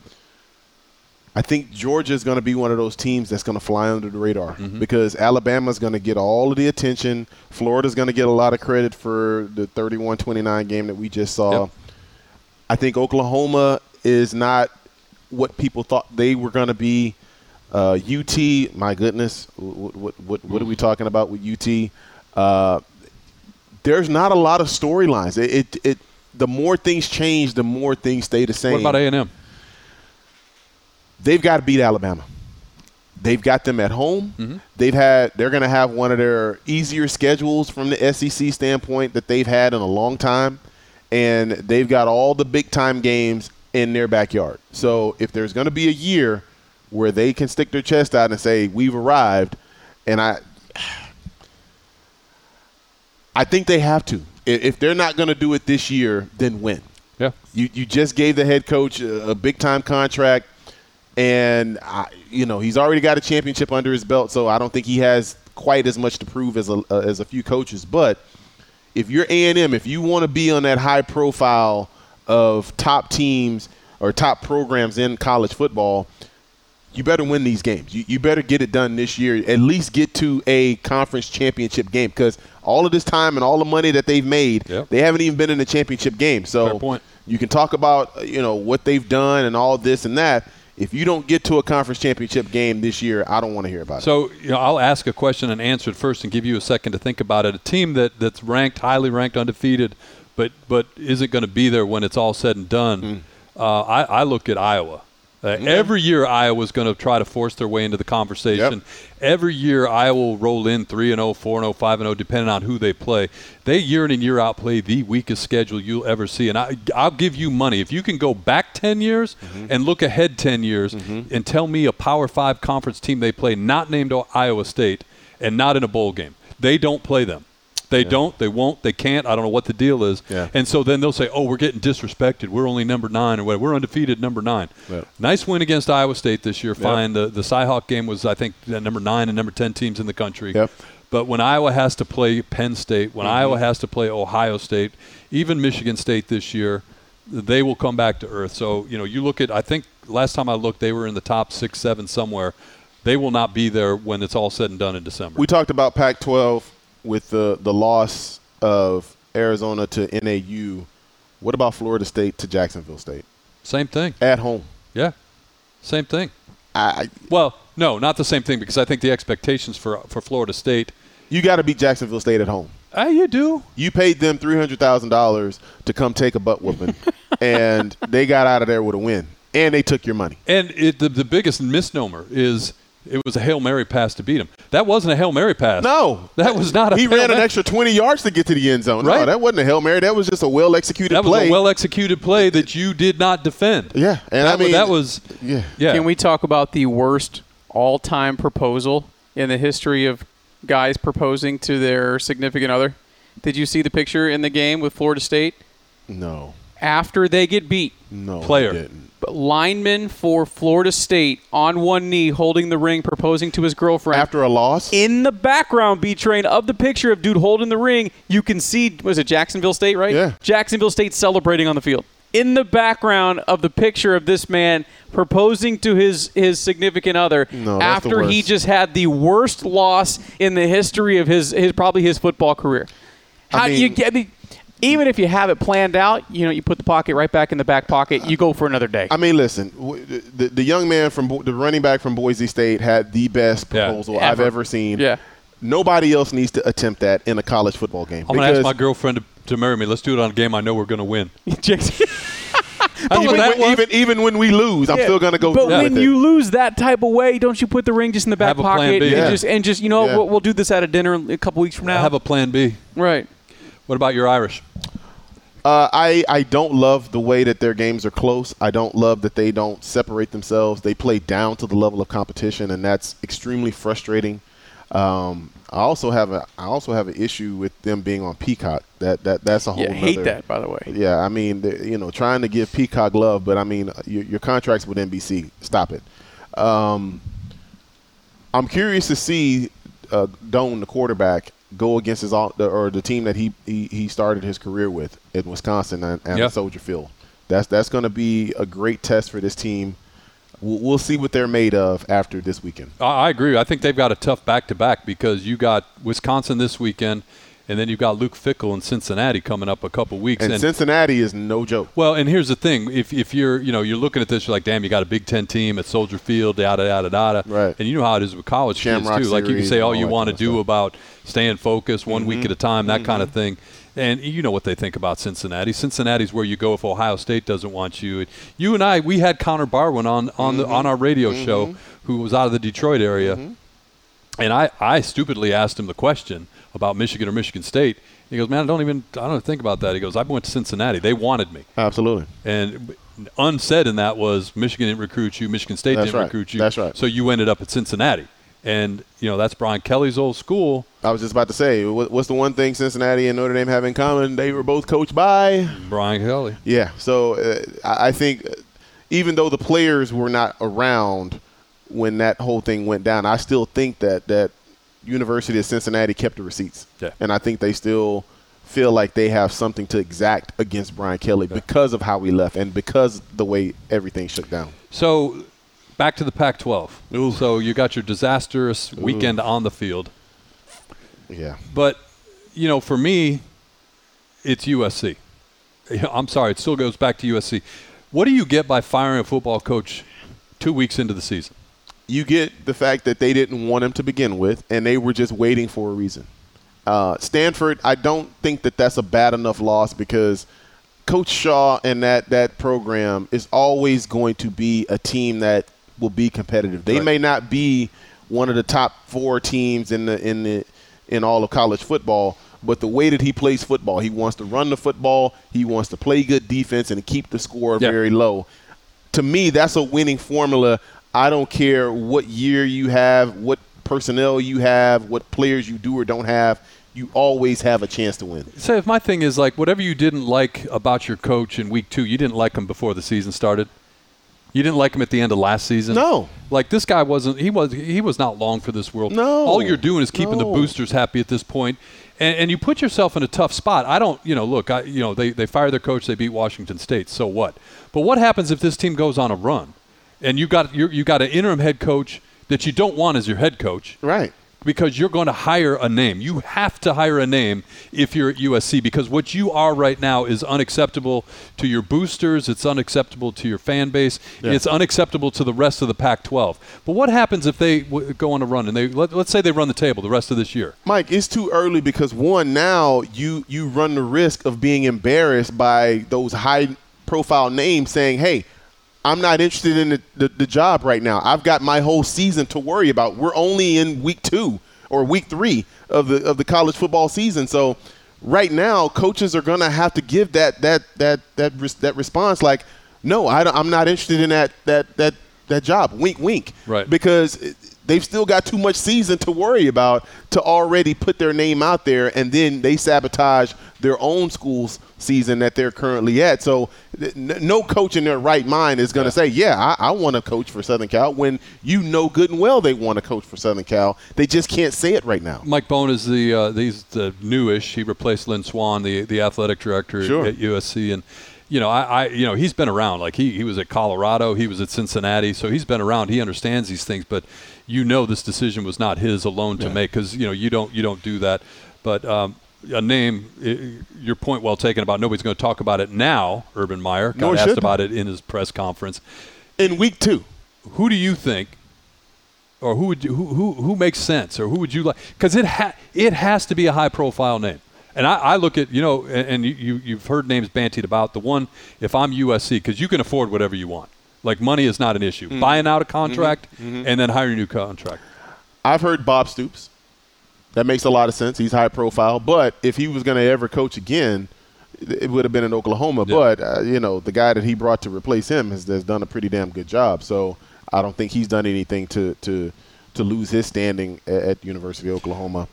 I think Georgia is going to be one of those teams that's going to fly under the radar
Mm-hmm.
because Alabama's going to get all of the attention. Florida's going to get a lot of credit for the 31-29 game that we just saw.
Yep.
I think Oklahoma is not what people thought they were going to be. Uh, UT, my goodness, what, what, what, what are we talking about with UT? Uh, there's not a lot of storylines. It, it, it, the more things change, the more things stay the same
What about A and M?
they've got to beat Alabama. They've got them at home. They've had they're going to have one of their easier schedules from the SEC standpoint that they've had in a long time, and they've got all the big time games in their backyard. So if there's going to be a year where they can stick their chest out and say we've arrived, and I, I think they have to. I- If they're not going to do it this year, then when?
Yeah.
You you just gave the head coach a, a big time contract, and I, you know he's already got a championship under his belt, so I don't think he has quite as much to prove as a uh, as a few coaches. But if you're A and M, if you want to be on that high profile of top teams or top programs in college football, you better win these games. You, you better get it done this year. At least get to a conference championship game because all of this time and all the money that they've made,
Yep.
they haven't even been in the championship game. So
Fair point.
you can talk about uh, you know what they've done and all this and that. If you don't get to a conference championship game this year, I don't want to hear about it.
So you know, I'll ask a question and answer it first, and give you a second to think about it. A team that, that's ranked highly ranked, undefeated, but but isn't going to be there when it's all said and done.
Mm.
Uh, I, I look at Iowa. Uh,
Mm-hmm.
Every year Iowa's going to try to force their way into the conversation.
Yep.
Every year Iowa will roll in three and 0, 4 and 0, 5 and 0, depending on who they play. They year in and year out play the weakest schedule you'll ever see. And I, I'll give you money if you can go back ten years and look ahead ten years and tell me a Power Five conference team they play not named O- Iowa State and not in a bowl game. They don't play them. They don't. They won't. They can't. I don't know what the deal is.
Yeah.
And so then they'll say, "Oh, we're getting disrespected. We're only number nine, or whatever. We're undefeated, number nine.
Yep.
Nice win against Iowa State this year. Fine. The the Cyhawk game was, I think, the number nine and number ten teams in the country.
Yep.
But when Iowa has to play Penn State, when Iowa has to play Ohio State, even Michigan State this year, they will come back to earth. So, you know, you look at, I think last time I looked, they were in the top six, seven somewhere. They will not be there when it's all said and done in December.
We talked about Pac-12 with the the loss of Arizona to NAU. What about Florida State to Jacksonville State
Same thing.
at home?
Yeah. Same thing.
I, I
Well, no, not the same thing because I think the expectations for for Florida State.
you got to beat Jacksonville State at home.
Ah, you do.
You paid them three hundred thousand dollars to come take a butt whooping, and they got out of there with a win, and they took your money.
And it, the the biggest misnomer is it was a hail mary pass to beat him. That wasn't a hail mary pass.
No,
that was not a.
He
Hail
ran an
Mary-
extra twenty yards to get to the end zone. No,
Right.
that wasn't a hail mary. That was just a well executed
That was
play.
a well executed play that you did not defend.
yeah, and
that,
I
wa-
mean
that was
yeah.
yeah.
Can we talk about the worst all-time proposal in the history of guys proposing to their significant other? Did you see the picture in the game with Florida State
No,
after they get beat?
no
Player.
they didn't.
But lineman for Florida State on one knee holding the ring proposing to his girlfriend.
after a loss.
in the background, B train of the picture of dude holding the ring, you can see was it Jacksonville State, right?
Yeah.
Jacksonville State celebrating on the field. In the background of the picture of this man proposing to his his significant other
No, that's the
after he
worst.
just had the worst loss in the history of his his probably his football career. How do you
mean-
get? I mean, even if you have it planned out, you know you put the pocket right back in the back pocket. You go for another day.
I mean, listen, w- the, the young man from Bo- the running back from Boise State had the best
Yeah.
proposal I've
Ever.
ever seen.
Yeah.
Nobody else needs to attempt that in a college football game.
I'm gonna ask
because-
my girlfriend to, to marry me. Let's do it on a game I know we're gonna win.
Jackson-
That's what
even,
that
when,
was.
even even when we lose, I'm still gonna go.
But
through
when
with it.
you lose that type of way, don't you put the ring just in the back
Have a plan
pocket
B.
and
Yeah.
just and just you know
Yeah.
we'll, we'll do this at a dinner a couple weeks from now.
Have a plan B.
right.
What about your Irish?
Uh, I I don't love the way that their games are close. I don't love that they don't separate themselves. They play down to the level of competition, and that's extremely frustrating. Um, I also have a I also have an issue with them being on Peacock. That that that's a whole.
Yeah, hate
nother-
that by the way.
Yeah, I mean, the- you know, trying to give Peacock love, but I mean, your, your contracts with NBC, stop it. Um, I'm curious to see uh, Doan, the quarterback, go against his all, the, or the team that he, he he started his career with in Wisconsin and, and
Yeah.
Soldier Field. That's that's going to be a great test for this team. We'll, we'll see what they're made of after this weekend.
I I agree. I think they've got a tough back to back because you got Wisconsin this weekend, and then you've got Luke Fickle in Cincinnati coming up a couple weeks.
And Cincinnati is no joke.
well, and here's the thing: if, if you're you know you're looking at this, you're like, damn, you got a Big Ten team at Soldier Field, yada yada yada.
Right.
And you know how it is with college
Shamrock
kids too. Like you can
series
say
and
all
all
you
that
want to
kinda
do
stuff. Mm-hmm.
about staying focused, one week at a time, that kind of thing. And you know what they think about Cincinnati. Cincinnati's where you go if Ohio State doesn't want you. You and I, we had Connor Barwin on on the
Mm-hmm.
on our radio show, who was out of the Detroit area. And I, I stupidly asked him the question about Michigan or Michigan State. He goes, man, I don't even I don't think about that. He goes, I went to Cincinnati. They wanted me.
Absolutely.
And unsaid in that was Michigan didn't recruit you. Michigan State
That's
didn't
right.
recruit you.
That's right.
So you ended up at Cincinnati. And, you know, that's Brian Kelly's old school.
I was just about to say, what- what's the one thing Cincinnati and Notre Dame have in common? They were both coached by
Brian Kelly.
Yeah. So uh, I I think uh, even though the players were not around when that whole thing went down, I still think that that University of Cincinnati kept the receipts.
Yeah.
And I think they still feel like they have something to exact against Brian Kelly because of how we left and because the way everything shook down.
So back to the Pac 12. So you got your disastrous weekend on the field.
Yeah.
But you know, for me, it's USC. Yeah, I'm sorry, it still goes back to USC. What do you get by firing a football coach two weeks into the season?
you get the fact that they didn't want him to begin with, and they were just waiting for a reason. Uh, Stanford, I don't think that that's a bad enough loss because Coach Shaw and that that program is always going to be a team that will be competitive. They may not be one of the top four teams in the in the in all of college football, but the way that he plays football, he wants to run the football, he wants to play good defense, and keep the score
Yeah.
very low to me, that's a winning formula. I don't care what year you have, what personnel you have, what players you do or don't have. You always have a chance to win.
Say, if my thing is like whatever you didn't like about your coach in week two, you didn't like him before the season started. You didn't like him at the end of last season.
No.
Like this guy wasn't. He was. He was not long for this world.
No.
All you're doing is keeping
No.
the boosters happy at this point, and, and you put yourself in a tough spot. I don't. You know, look. I. You know, they they fire their coach. They beat Washington State. So what? But what happens if this team goes on a run, and you got you you got an interim head coach that you don't want as your head coach,
Right.
because you're going to hire a name. You have to hire a name if you're at USC because what you are right now is unacceptable to your boosters. It's unacceptable to your fan base. It's unacceptable to the rest of the Pac-12. But what happens if they w- go on a run and they let, let's say they run the table the rest of this year?
Mike, it's too early because one now you you run the risk of being embarrassed by those high profile names saying, "Hey, I'm not interested in the, the, the job right now. I've got my whole season to worry about. We're only in week two or week three of the of the college football season, so." Right now, coaches are gonna have to give that that that that res- that response like, no, I don't, I'm not interested in that that that that job. Wink, wink.
Right.
Because because they've still got too much season to worry about to already put their name out there and then they sabotage their own school's season that they're currently at. So th- n- no coach in their right mind is going to say, yeah, I, I want to coach for Southern Cal when you know good and well they want to coach for Southern Cal. They just can't say it right now.
Mike Bone is the uh, these the newish. He replaced Lynn Swan, the the athletic director
Sure.
at USC, and you know I, I you know he's been around. Like he he was at Colorado, he was at Cincinnati, so he's been around. He understands these things, but you know this decision was not his alone to make because you know you don't you don't do that. But um, a name, i- your point well taken about nobody's going to talk about it now. Urban Meyer got
Nor
asked
should they.
about it in his press conference
In week two,
who do you think or who would you, who, who who makes sense or who would you like because it ha- it has to be a high profile name and I, I look at you know and, and you- you you've heard names bantied about the one if I'm USC because you can afford whatever you want like money is not an issue
Mm-hmm.
buying out a contract and then hiring a new contract
I've heard Bob Stoops. That makes a lot of sense. He's high profile, but if he was going to ever coach again, it would have been in Oklahoma.
Yeah.
But uh, you know, the guy that he brought to replace him has, has done a pretty damn good job. So I don't think he's done anything to to to lose his standing at, at University of Oklahoma.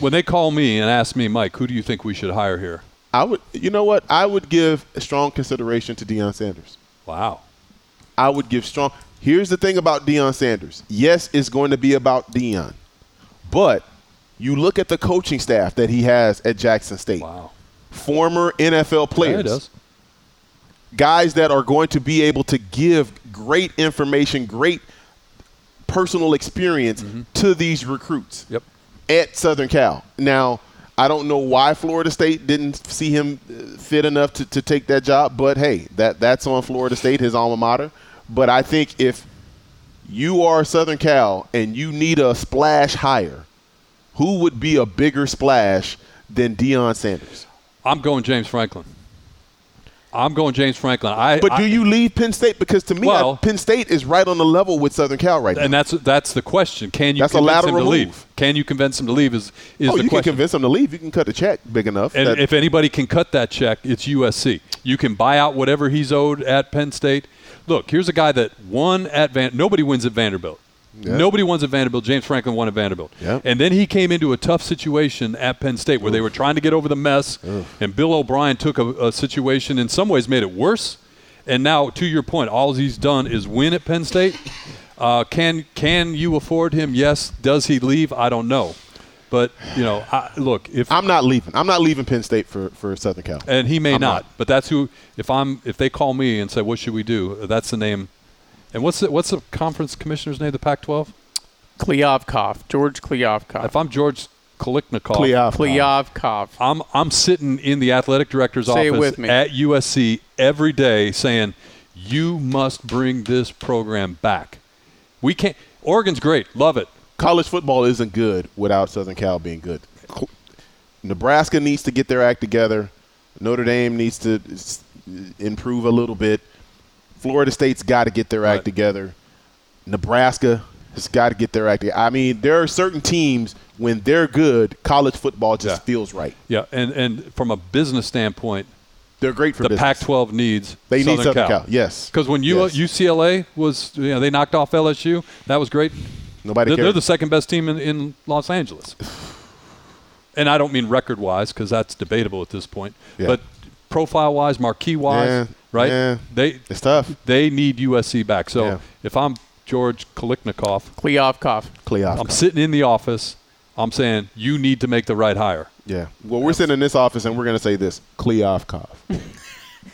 when they call me and ask me Mike who do you think we should hire here
I would, you know what? I would give strong consideration to Deion Sanders.
wow
I would give strong. Here's the thing about Deion Sanders. Yes, it's going to be about Deion, but you look at the coaching staff that he has at Jackson State.
wow
former NFL
there
players,
it is
guys that are going to be able to give great information, great personal experience to these recruits
Yep.
at Southern Cal. Now, I don't know why Florida State didn't see him uh, fit enough to, to take that job, but hey, that that's on Florida State, his alma mater. But I think if you are Southern Cal and you need a splash hire, who would be a bigger splash than Deion Sanders?
I'm going James Franklin I'm going James Franklin I
But
I-
do you leave Penn State? Because to me,
Well-
I- Penn State is right on the level with Southern Cal right
and
now.
that's that's the question. Can you
That's a
convince him to
lateral
leave?
move.
Can you convince him to leave? Is is the
oh, you can
question?
convince them to leave. You can cut a check big enough.
and
that-
if anybody can cut that check, it's USC. You can buy out whatever he's owed at Penn State. Look, here's a guy that won at Van. Nobody wins at Vanderbilt.
Yeah.
Nobody wins at Vanderbilt. James Franklin won at Vanderbilt.
Yeah.
And then he came into a tough situation at Penn State where they were trying to get over the mess, and Bill O'Brien took a, a situation in some ways made it worse. And now, to your point, all he's done is win at Penn State. Uh, can can you afford him? Yes. Does he leave? I don't know. But you know, I, look, if
I'm not leaving. I'm not leaving Penn State for, for Southern Cal.
and he may
I'm
not,
not.
But that's who. If I'm, if they call me and say, "What should we do?" That's the name. And what's the, what's the conference commissioner's name? The Pac-12.
Klyovkov, George Klyovkov.
If I'm George Koliknikov,
Kliavkov.
Klyovkov.
I'm I'm sitting in the athletic director's
Say it
office
with me.
at USC every day, saying, "You must bring this program back. We can't. Oregon's great, love it.
College football isn't good without Southern Cal being good. Cl- Nebraska needs to get their act together. Notre Dame needs to s- improve a little bit. Florida State's got to get their act
Right.
together. Nebraska has got to get their act together. I mean, there are certain teams when they're good, college football just
Yeah.
feels right.
Yeah. And and from a business standpoint,
They're great for
the
business.
Pac-12 needs
They need
Southern
Southern Cal, yes.
because when U-
Yes.
UCLA was, you know, they knocked off LSU. That was great.
Nobody
They're,
cares.
they're the second best team in, in Los Angeles, and I don't mean record-wise because that's debatable at this point.
Yeah.
But profile-wise, marquee-wise,
Yeah.
right?
Yeah.
They
It's tough.
they need USC back. So
Yeah.
if I'm George Koliknikov,
Kleofkoff.
Kleofkoff.
I'm sitting in the office. I'm saying you need to make the right hire.
Yeah. Well, we're sitting in this office and we're going to say this Kleofkoff.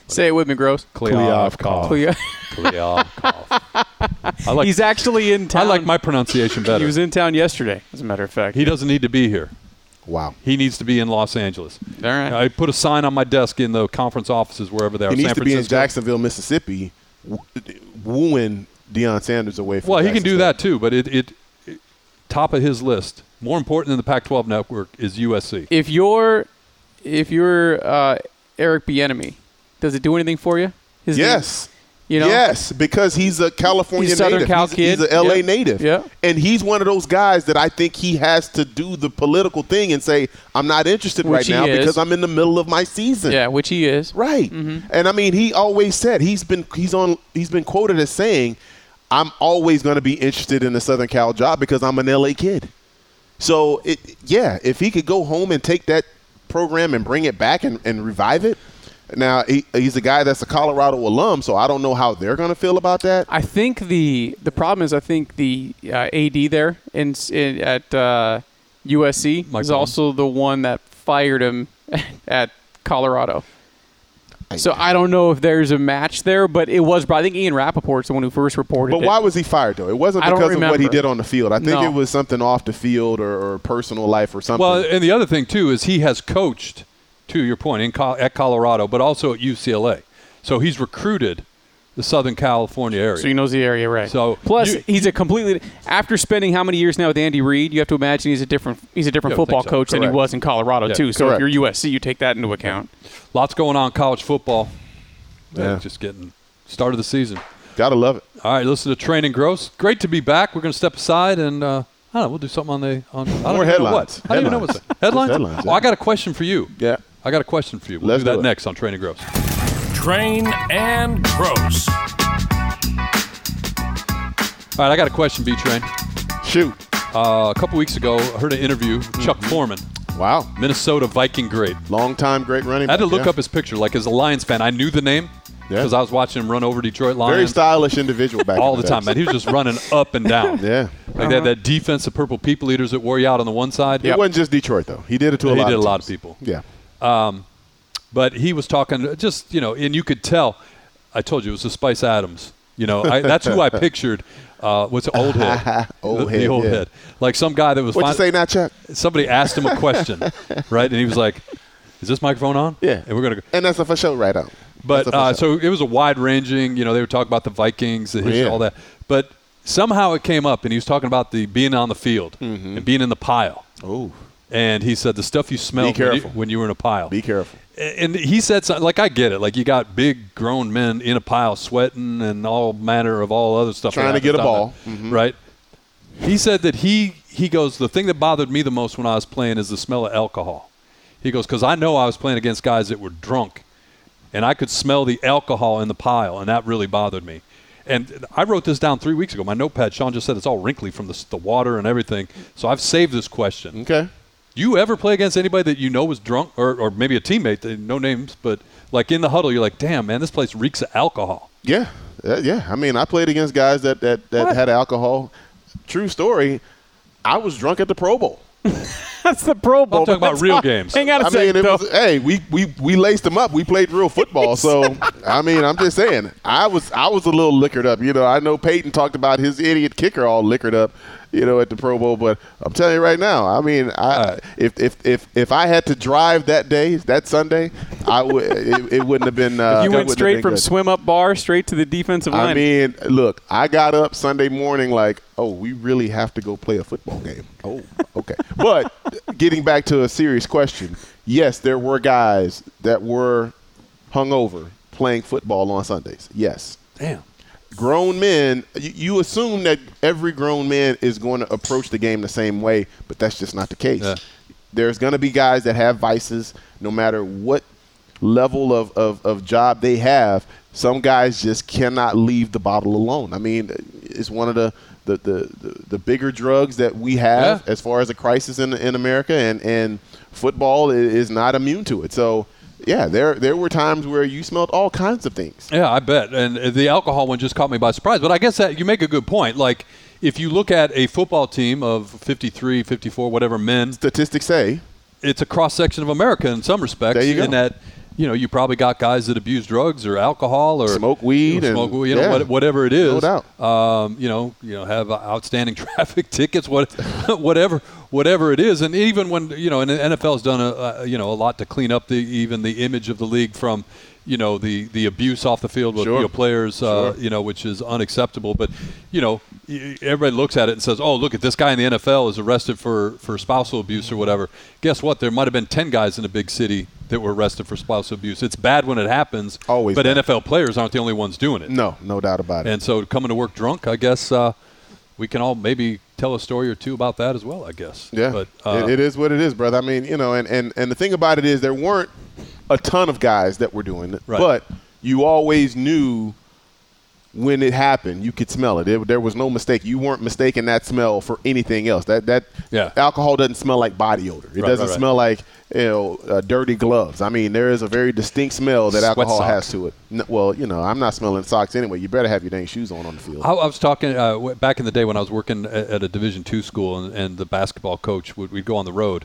Say it with me, Gross.
Kleofkoff.
Kleo-
Kleofkoff. I like
He's actually in
I
town.
like my pronunciation better.
He was in town yesterday, as a matter of fact.
he doesn't need to be here.
Wow.
He needs to be in Los Angeles.
All right.
I put a sign on my desk in the conference offices wherever they are.
He needs
San
to be in
Francisco.
Jacksonville, Mississippi, w- wooing Deion Sanders away from
Well, he can
Jackson
do
State.
that too, but it, it, it- top of his list, more important than the Pac-12 network is USC.
if you're, if you're uh, Eric Bieniemy, does it do anything for you? His name-
Yes.
you know.
Yes, because he's a California
He's Southern
native.
Cal
he's,
kid.
he's a LA
Yeah.
native.
Yeah.
And he's one of those guys that I think he has to do the political thing and say, I'm not interested
Which
right
he
now
is.
because I'm in the middle of my season.
Yeah, which he is.
Right.
Mm-hmm.
And I mean, he always said he's been he's on he's been quoted as saying, "I'm always going to be interested in the Southern Cal job because I'm an LA kid." So it, yeah, if he could go home and take that program and bring it back and, and revive it. Now he, he's a guy that's a Colorado alum, so I don't know how they're going to feel about that.
I think the the problem is I think the uh, AD there in, in at uh, USC
Mike
is
Brown.
also the one that fired him at Colorado. So I don't know if there's a match there, but it was. I think Ian Rappaport's the one who first reported.
But
it.
why was he fired though? It wasn't
I don't
because of what he
remember.
did on the field. I think
No.
it was something off the field or, or personal life or something.
Well, and the other thing too is he has coached, to your point, in Col- at Colorado, but also at UCLA. So he's recruited the Southern California area.
So he knows the area, right?
So
plus
you-
he's a completely after spending how many years now with Andy Reid, you have to imagine he's a different he's a different
Yeah, I think
football
so.
coach than
Correct.
he was in Colorado
Yeah,
too. So
correct.
if you're USC, you take that into account.
Lots going on in college football.
Yeah.
Yeah, just getting start of the season.
Gotta love it.
All right, listen to Train and Gross. Great to be back. We're going to step aside and uh, I don't know. We'll do something on the on. I don't
More
even know
headlines.
What. I don't even know what's
Headlines.
headlines.
Just headlines,
Oh, I
yeah.
got a question for you.
Yeah.
I got a question for you. We'll
Let's
do that
do it.
next on Train and Gross.
Train and Gross.
All right, I got a question, B Train.
Shoot.
Uh, a couple weeks ago, I heard an interview with Chuck
Mm-hmm.
Foreman,
Wow.
Minnesota Viking great.
Long time great running.
I had to
back,
look
yeah.
up his picture. Like, as a Lions fan, I knew the name
Yeah.
because I was watching him run over Detroit
Very
Lions
stylish individual back
all
in
the time, man. He was just running up and down.
Yeah.
Like, they had that defense of purple people eaters that wore you out on the one side.
It wasn't just Detroit though. He did it to a
He
lot.
did a lot of
teams.
people.
Yeah.
but he was talking just you know and you could tell i told you it was the spice adams you know I, that's who i pictured uh, was the old head
Old
the, the
head,
old
yeah.
head like some guy that was
What you
fin-
say now, Chuck?
somebody asked him a question right and he was like is this microphone on
Yeah.
and we're gonna go
And that's a for sure right out.
but
That's a for
uh,
sure.
so it was a wide ranging. You know, they were talking about the Vikings, the history,
Yeah.
all that. But somehow it came up, and he was talking about the being on the field
Mm-hmm.
and being in the pile.
Ooh.
And he said the stuff you smelled when you,
careful.
when you were in a pile.
Be careful.
A- And he said something like, "I get it. Like you got big grown men in a pile sweating and all manner of all other stuff,
Trying to
that
get a
happens on
ball. Mm-hmm.
that, right?" He said that he he goes. The thing that bothered me the most when I was playing is the smell of alcohol. He goes because I know I was playing against guys that were drunk, and I could smell the alcohol in the pile, and that really bothered me. And I wrote this down three weeks ago. My notepad. Sean just said it's all wrinkly from the, s- the water and everything. So I've saved this question.
Okay.
Do you ever play against anybody that you know was drunk, or, or maybe a teammate? that- No names, but like in the huddle, you're like, "Damn, man, this place reeks of alcohol."
Yeah. Uh, yeah. I mean, I played against guys that that, that had alcohol. True story. I was drunk at the Pro Bowl.
That's the Pro Bowl.
I'm talking
but
about
that's
real
all-
games.
Hang on
I
a
mean,
second,
it
though.
was, hey, we, we we laced them up. We played real football. So I mean, I'm just saying, I was I was a little liquored up. You know, I know Peyton talked about his idiot kicker all liquored up, you know, at the Pro Bowl. But I'm telling you right now, I mean, I
Uh.
if if if if I had to drive that day, that Sunday, I would it, it wouldn't have been. Uh, it
you went
wouldn't have
straight
been
from
good.
swim up bar straight to the defensive line.
I mean, look, I got up Sunday morning like, oh, we really have to go play a football game. Oh, okay. but getting back to a serious question, yes, there were guys that were hungover playing football on Sundays. Yes.
Damn.
Grown men, you, you assume that every grown man is going to approach the game the same way, but that's just not the case.
Yeah.
There's going to be guys that have vices no matter what level of, of, of job they have. Some guys just cannot leave the bottle alone. I mean, it's one of the, the, the, the, the bigger drugs that we have
Yeah.
as far as a crisis in, in America, and, and football i- is not immune to it. So yeah, there there were times where you smelled all kinds of things.
Yeah, I bet. And uh, the alcohol one just caught me by surprise. But I guess that you make a good point. Like, if you look at a football team of 53, 54, whatever men,
Statistics say
it's a cross section of America in some respects.
There you go.
In that, you know, you probably got guys that abuse drugs or alcohol or
Smoke weed
you know, smoke
and-
weed, you know,
yeah.
what- whatever it is.
No doubt.
Um, you know, you know, have outstanding traffic tickets, what, whatever, whatever it is. And even when you know, and the NFL's done a, a you know a lot to clean up the even the image of the league from. You know the, the abuse off the field with
Sure.
you know, players, uh,
Sure.
you know, which is unacceptable. But you know, y- everybody looks at it and says, "Oh, look at this guy in the NFL is arrested for for spousal abuse or whatever." Guess what? There might have been ten guys in a big city that were arrested for spousal abuse. It's bad when it happens.
Always
But
bad.
NFL players aren't the only ones doing it.
no, no doubt about it.
And so coming to work drunk, I guess uh, we can all maybe tell a story or two about that as well. I guess.
Yeah,
But uh,
it, it is what it is, brother. I mean, you know, and, and and the thing about it is there weren't a ton of guys that were doing it,
Right.
but you always knew when it happened. You could smell it. It- There was no mistake. You weren't mistaking that smell for anything else. That that
Yeah.
alcohol doesn't smell like body odor. It
right,
doesn't
right.
smell like you know uh, dirty gloves. I mean, there is a very distinct smell that
Sweat
alcohol
socks.
has to it. N- well, you know, I'm not smelling socks anyway. You better have your dang shoes on on the field.
I, I was talking uh, w- back in the day when I was working at, at a Division two school, and, and the basketball coach would we'd go on the road,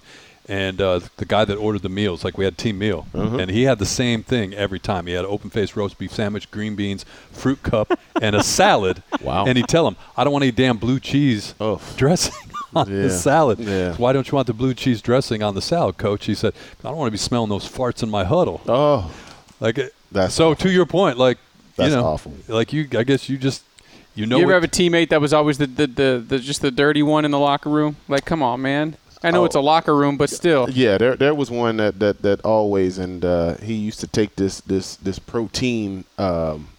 and uh, the guy that ordered the meals, like we had team meal,
Mm-hmm.
and he had the same thing every time. He had an open faced roast beef sandwich, green beans, fruit cup, and a salad.
Wow.
And he'd tell him, "I don't want any damn blue cheese
Ugh.
dressing." On
Yeah.
the salad.
Yeah.
Why don't you want the blue cheese dressing on the salad, Coach? He said, "I don't want to be smelling those farts in my huddle."
oh,
Like it-
That's
so. To your point, like
That's
you know,
awful.
Like you, I guess you just you know
you ever
what-
have a teammate that was always the, the, the, the just the dirty one in the locker room? Like, come on, man. I know it's a locker room, but still.
Oh. Yeah, there there was one that that, that always and uh, he used to take this this this protein um,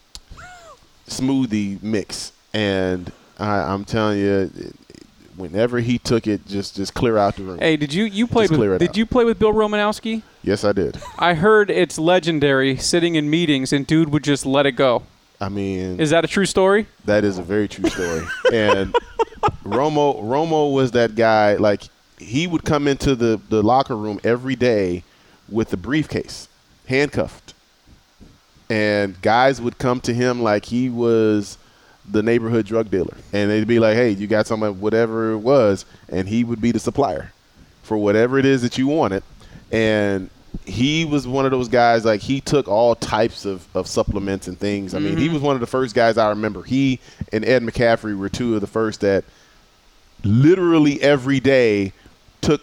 smoothie mix and I, I'm telling you, it- whenever he took it, just just clear out the room.
Hey, did you you played
Just clear
with
it
did
out.
you play with Bill Romanowski?
Yes, I did.
I heard it's legendary sitting in meetings and dude would just let it go.
I mean,
Is that a true story?
That is a very true story. and Romo Romo was that guy. Like he would come into the the locker room every day with a briefcase, handcuffed, and guys would come to him like he was the neighborhood drug dealer, and they'd be like, "Hey, you got some of whatever it was," and he would be the supplier for whatever it is that you wanted, and he was one of those guys like he took all types of, of supplements and things. I mean, he was one of the first guys I remember. He and Ed McCaffrey were two of the first that literally every day took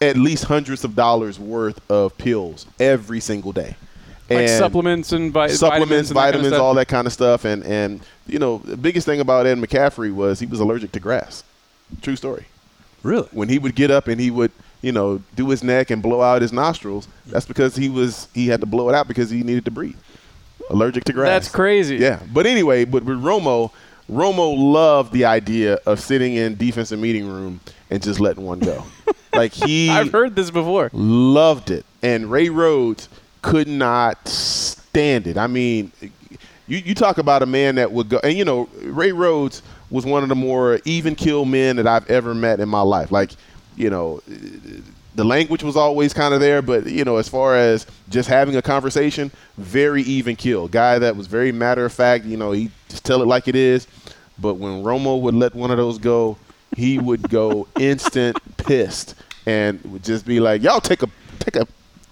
at least hundreds of dollars worth of pills every single day.
Like
And-
supplements and vi-
supplements,
vitamins, and that kind of
vitamins,
stuff?
all that kind of stuff. And and you know, the biggest thing about Ed McCaffrey was he was allergic to grass. True story.
really
When he would get up and he would you know do his neck and blow out his nostrils, that's because he was he had to blow it out because he needed to breathe. Allergic to grass.
That's crazy.
Yeah. But anyway, but with Romo, Romo loved the idea of sitting in defensive meeting room and just letting one go. like he
I've heard this before.
loved it. And Ray Rhodes could not stand it. I mean, you, you talk about a man that would go, and you know, Ray Rhodes was one of the more even kill men that I've ever met in my life. Like, you know, the language was always kind of there, but you know, as far as just having a conversation, very even keel. Guy that was very matter of fact. You know, he just tell it like it is. But when Romo would let one of those go, he would go instant pissed and would just be like, "Y'all take a take a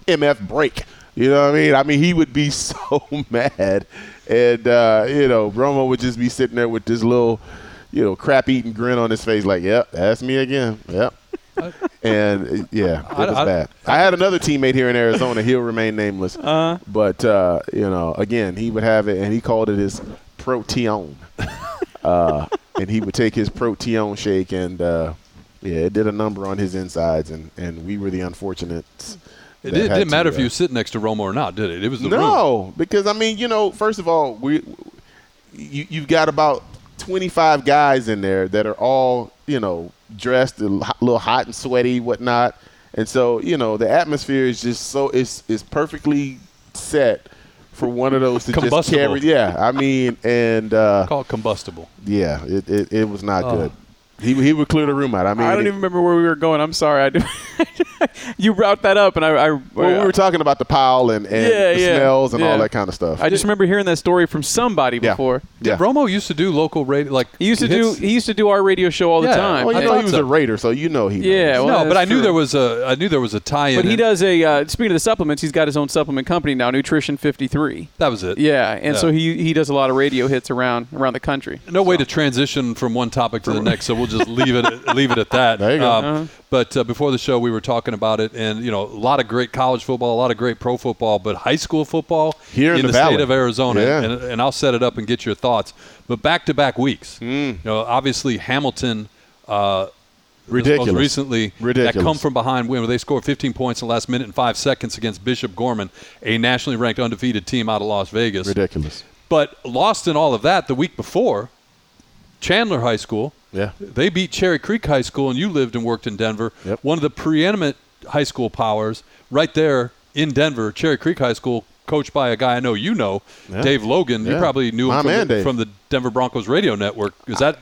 mf break." You know what I mean? I mean, he would be so mad, and uh, you know, Romo would just be sitting there with this little, you know, crap eating grin on his face, like, "Yep, that's me again. Yep." and uh, yeah, it
I-
was
I-
bad. I had another teammate here in Arizona. He'll remain nameless.
Uh-huh.
but uh, you know, again, he would have it, and he called it his proteon. uh, and he would take his proteon shake, and uh, yeah, it did a number on his insides, and and we were the unfortunate.
It did, not matter if you were sitting next to Romo or not, did it? It was the room.
No, because I mean, you know, first of all, we you, you've got about 25 guys in there that are all, you know, dressed a li- little hot and sweaty, whatnot. And so, you know, the atmosphere is just so it's it's perfectly set for one of those to just
Combustible.
carry. Yeah, I mean, and uh,
Call it combustible.
yeah, it,
Oh.
it, it was not good. He he would clear the room out. I mean,
I don't
it-
even remember where we were going. I'm sorry. I do. you brought that up, and I, I
Well, we were talking about the pile and, and
Yeah,
the
yeah,
smells and
yeah.
all that kind of stuff.
I just remember hearing that story from somebody
yeah.
before.
Yeah.
Romo used to do local radio, like
He used to do.
hits-
He used to do our radio show all the
Yeah.
time.
Well,
I
you know
thought
he was
so.
a Raider, so you know he.
Yeah, well,
no, but
that's
I knew
true.
there was a I knew there was a tie-in.
But he
and
does a. Uh, speaking of the supplements, he's got his own supplement company now, Nutrition Fifty Three.
That was it.
Yeah, and
Yeah.
so he he does a lot of radio hits around around the country.
no way to transition from one topic to the next, so we'll just leave it at- leave it at that.
There you go. Uh-huh.
Um, But uh, before the show, we were talking about it, and you know, a lot of great college football, a lot of great pro football, but high school football
Here in
the,
the
state
Valley.
of Arizona,
Yeah.
and, and I'll set it up and get your thoughts. But back to back weeks,
Hmm.
you know, obviously Hamilton. Uh, was most
Ridiculous.
recently, that
Ridiculous.
come from behind win where they scored 15 points in the last minute and five seconds against Bishop Gorman, a nationally ranked undefeated team out of Las Vegas.
ridiculous.
But lost in all of that the week before, Chandler High School.
Yeah.
They beat Cherry Creek High School, and you lived and worked in Denver.
Yep.
One of the preeminent high school powers right there in Denver, Cherry Creek High School, coached by a guy I know you know,
Yeah.
Dave Logan. You
Yeah.
probably knew
My
him from
man,
the,
Dave.
from the Denver Broncos radio network. Is that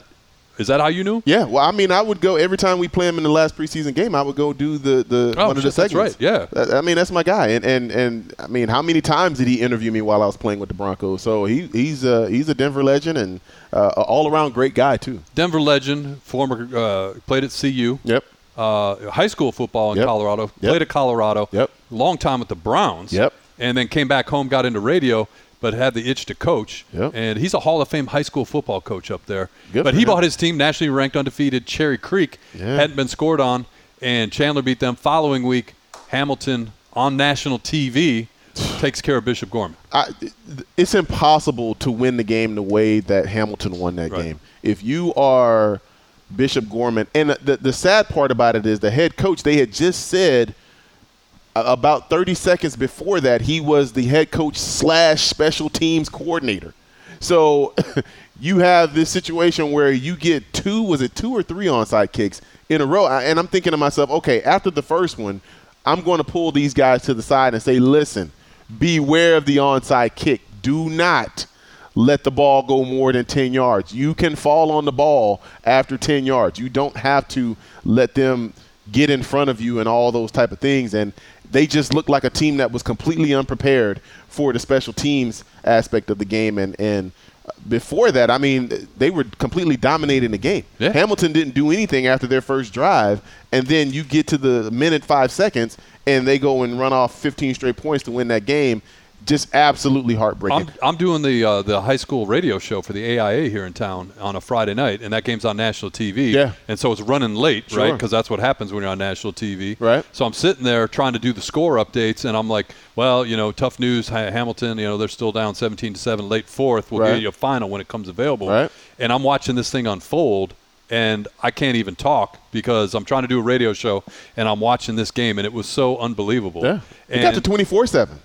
is that how you knew?
Yeah, well, I mean, I would go every time we play him in the last preseason game. I would go do the the
Oh,
one of the
shit, that's right,
segments.
yeah.
I- I mean, that's my guy, and and and I mean, how many times did he interview me while I was playing with the Broncos? So he he's a he's a Denver legend and uh, all around great guy too.
Denver legend, former uh, played at CU.
Yep.
Uh, high school football in
Yep.
Colorado.
Yep.
Played at Colorado.
Yep.
Long time with the Browns.
Yep.
And then came back home, got into radio, but had the itch to coach.
Yep.
And he's a Hall of Fame high school football coach up there.
Good
but
for
he
him.
bought his team nationally ranked undefeated Cherry Creek.
Yeah.
Hadn't been scored on, and Chandler beat them. Following week, Hamilton on national TV takes care of Bishop Gorman.
I, th- it's impossible to win the game the way that Hamilton won that
Right.
game. If you are Bishop Gorman, and the, the sad part about it is the head coach, they had just said a- about 30 seconds before that he was the head coach slash special teams coordinator. So you have this situation where you get two, was it two or three onside kicks in a row? I- And I'm thinking to myself, okay, after the first one, I'm going to pull these guys to the side and say, listen, beware of the onside kick. Do not let the ball go more than 10 yards. You can fall on the ball after 10 yards. You don't have to let them get in front of you and all those type of things. And they just looked like a team that was completely unprepared for the special teams aspect of the game. And, and before that, I mean, they were completely dominating the game.
Yeah.
Hamilton didn't do anything after their first drive. And then you get to the minute five seconds and they go and run off 15 straight points to win that game. Just absolutely heartbreaking.
I'm, I'm doing the uh, the high school radio show for the AIA here in town on a Friday night, and that game's on national TV.
Yeah.
And so it's running late, right?
Sure.
Because that's what happens when you're on national TV.
Right.
So I'm sitting there trying to do the score updates, and I'm like, well, you know, tough news, Ha- Hamilton. You know, they're still down 17 to seven, late fourth. We'll
Right.
give you a final when it comes available.
Right.
And I'm watching this thing unfold. And I can't even talk because I'm trying to do a radio show and I'm watching this game, and it was so unbelievable.
Yeah,
And,
it got to twenty four seven.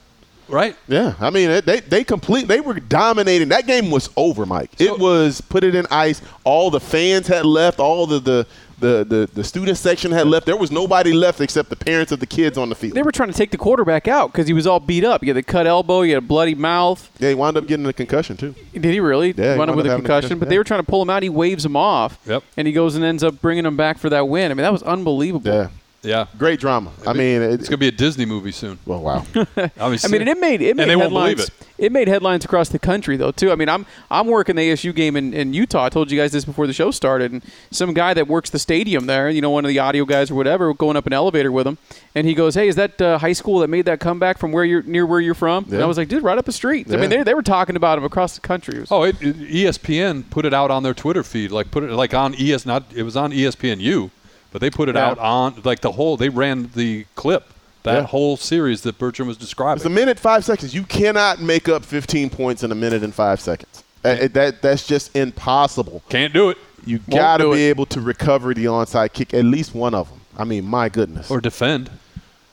right?
Yeah, I mean it- they they complete they were dominating. That game was over, Mike.
So-
it was put it in ice. All the fans had left. All the the the the, the student section had left. There was nobody left except the parents of the kids on the field.
They were trying to take the quarterback out because he was all beat up. He had a cut elbow. He had a bloody mouth.
they wound up getting a concussion too.
Did he really
Yeah, he
run
wound
him with
up
a
having a
concussion?
concussion,
But
yeah.
they were trying to pull him out. He waves him off.
Yep.
And he goes and ends up bringing him back for that win. I mean, that was unbelievable.
Yeah,
Yeah.
great drama. I mean, it,
It's going to be a Disney movie soon.
well, wow.
I mean,
I mean, and it made it
And
made
they won't
headlines.
believe it.
made headlines across the country though too. I mean, I'm I'm working the ASU game in, in Utah. I told you guys this before the show started, and some guy that works the stadium there, you know, one of the audio guys or whatever, going up an elevator with him, and he goes, "Hey, is that uh, high school that made that comeback from where you're near where you're from?" And I
Yeah.
was like, "Dude, right up the street." I
Yeah.
mean, they, they were talking about him across the country. It was-
Oh, it, it- ESPN put it out on their Twitter feed, like put it like on ES. Not it was on E ESPNU, but they put it
Yeah.
out on like the whole. They ran the clip that
Yeah.
whole series that Bertram was describing.
It's a minute five seconds. You cannot make up fifteen points in a minute and five seconds. Uh, that that's just impossible.
Can't do it
You got
do
to be
it.
able to recover the onside kick, at least one of them. I mean, my goodness.
or defend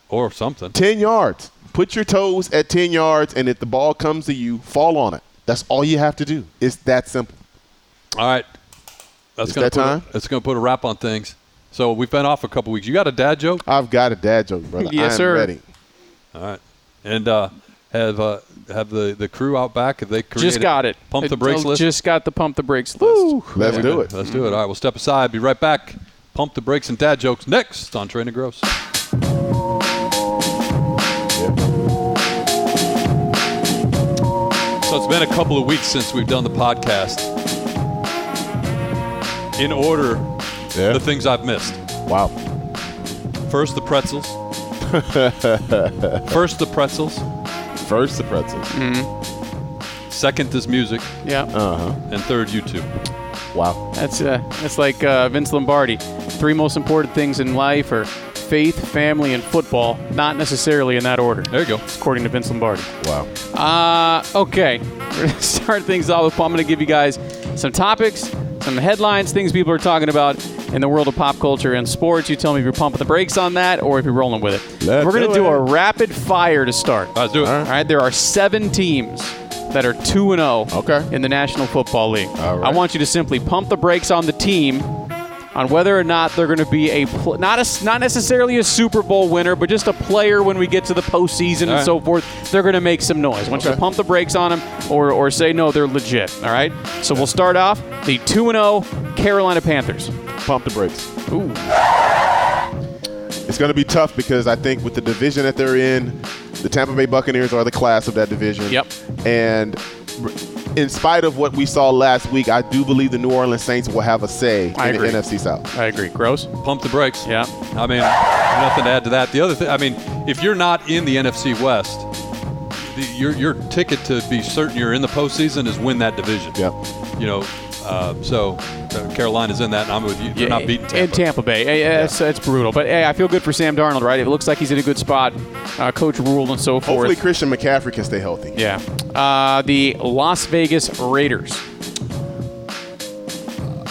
or something.
10 yards. Put your toes at 10 yards, and if the ball comes to you, fall on it. That's all you have to do. It's that simple.
All right, that's
Is
gonna
that
put
time?
A, that's gonna put a wrap on things. So we've been off a couple weeks. You got a dad joke?
I've got a dad joke, brother.
Yes,
I am
sir.
ready.
All right, and uh, have uh, have the, the crew out back. Have they created,
just got it.
Pump
I
the brakes list.
Just got the pump the brakes list.
Let's
Very
do
good.
it.
Let's do it. All right, we'll step aside. Be right back. Pump the brakes and dad jokes next on Trainer Gross. been a couple of weeks since we've done the podcast. In order,
Yeah.
the things I've missed.
Wow.
First, the pretzels. First, the pretzels.
First the pretzels.
Mm.
Second is music.
Yeah.
And third, YouTube.
Wow.
That's uh, that's like uh, Vince Lombardi. Three most important things in life are faith, family, and football. Not necessarily in that order,
There you go.
according to Vince Lombardi.
Wow.
Uh, okay, we're gonna start things off with. I'm gonna give you guys some topics, some headlines, things people are talking about in the world of pop culture and sports. You tell me if you're pumping the brakes on that or if you're rolling with it.
Let's
we're gonna
do
do a
it.
rapid fire to start.
All right, let's do it.
All right, there are seven teams that are 2 and 0
Okay.
in the National Football League.
All right.
I want you to simply pump the brakes on the team on whether or not they're going to be a pl- not a s- not necessarily a Super Bowl winner, but just a player when we get to the postseason and
right.
so forth. They're going to make some noise. I want you to pump the brakes on them or or say no, they're legit. All right. So we'll start off the 2 and 0 Carolina Panthers.
Pump the brakes. Ooh. It's going to be tough because I think with the division that they're in, the Tampa Bay Buccaneers are the class of that division.
Yep.
And r- in spite of what we saw last week, I do believe the New Orleans Saints will have a say
I
in
agree.
the NFC South.
I agree. Gross.
Pump the brakes.
Yeah.
I mean, nothing to add to that. The other thing, I mean, if you're not in the NFC West, the, your your ticket to be certain you're in the postseason is win that division.
Yep.
You know, uh, so uh, Carolina's in that, and I'm with you. They're not beating
In
Tampa.
Tampa Bay. Hey, It's, it's brutal. But hey, I feel good for Sam Darnold, right? It looks like he's in a good spot. Uh, Coach ruled and so forth.
Hopefully, Christian McCaffrey can stay healthy.
Yeah. Uh, the Las Vegas Raiders.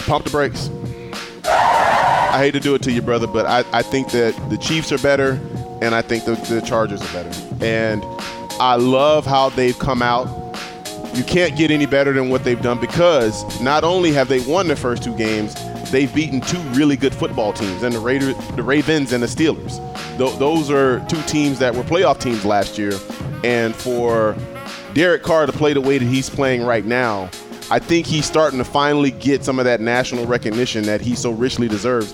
Pump the brakes. I hate to do it to you, brother, but I, I think that the Chiefs are better, and I think the, the Chargers are better. And I love how they've come out. You can't get any better than what they've done because not only have they won their first two games, they've beaten two really good football teams, and the Raiders, the Ravens, and the Steelers. Tho- those are two teams that were playoff teams last year, and for Derek Carr to play the way that he's playing right now, I think he's starting to finally get some of that national recognition that he so richly deserves.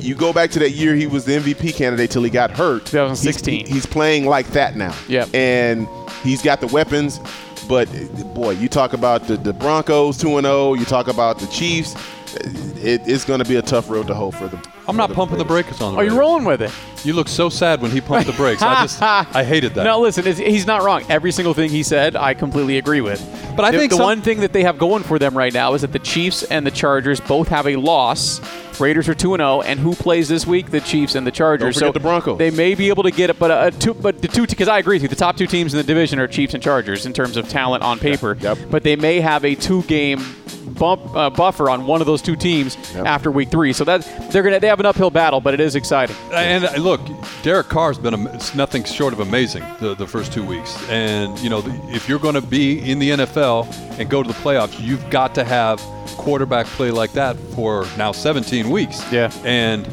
You go back to that year he was the MVP candidate till he got hurt.
2016.
He's, he's playing like that now.
Yep.
And he's got the weapons, but boy, you talk about the, the Broncos 2 0, you talk about the Chiefs. It, it's going to be a tough road to hoe for them.
I'm not pumping the brakes on. The
Are you
Raiders.
rolling with it?
You look so sad when he pumped the brakes. I just I hated that.
No, listen, it's, he's not wrong. Every single thing he said, I completely agree with.
But I
the,
think
the
some-
one thing that they have going for them right now is that the Chiefs and the Chargers both have a loss. Raiders are two and zero, and who plays this week? The Chiefs and the Chargers.
Don't forget the Broncos.
They may be able to get it, but uh two, but the two because I agree with you. The top two teams in the division are Chiefs and Chargers in terms of talent on paper.
Yep.
But they may have a two game. Bump uh, buffer on one of those two teams
Yep.
after week three, so that they're gonna they have an uphill battle, but it is exciting.
And uh, look, Derek Carr's been am- it's nothing short of amazing the, the first two weeks. And you know, the, if you're going to be in the NFL and go to the playoffs, you've got to have quarterback play like that for now 17 weeks.
Yeah.
And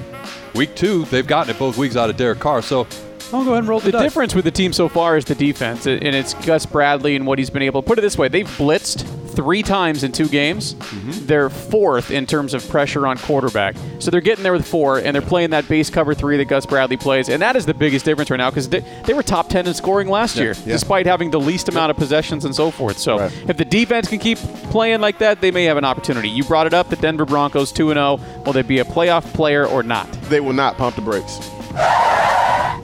week two, they've gotten it both weeks out of Derek Carr. So I'll go ahead and roll the,
The
dice.
difference with the team so far is the defense, and it's Gus Bradley and what he's been able. Put it this way: they've blitzed three times in two games.
Mm-hmm.
They're fourth in terms of pressure on quarterback, so they're getting there with four, and they're playing that base cover three that Gus Bradley plays, and that is the biggest difference right now because they, they were top ten in scoring last year,
yeah.
despite having the least amount of possessions and so forth. So
Right.
if the defense can keep playing like that, they may have an opportunity. You brought it up: the Denver Broncos two and zero. Will they be a playoff player or not?
They will not pump the brakes.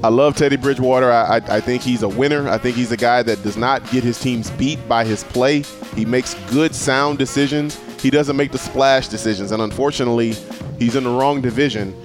I love Teddy Bridgewater. I, I, I think he's a winner. I think he's a guy that does not get his teams beat by his play. He makes good, sound decisions. He doesn't make the splash decisions. And unfortunately, he's in the wrong division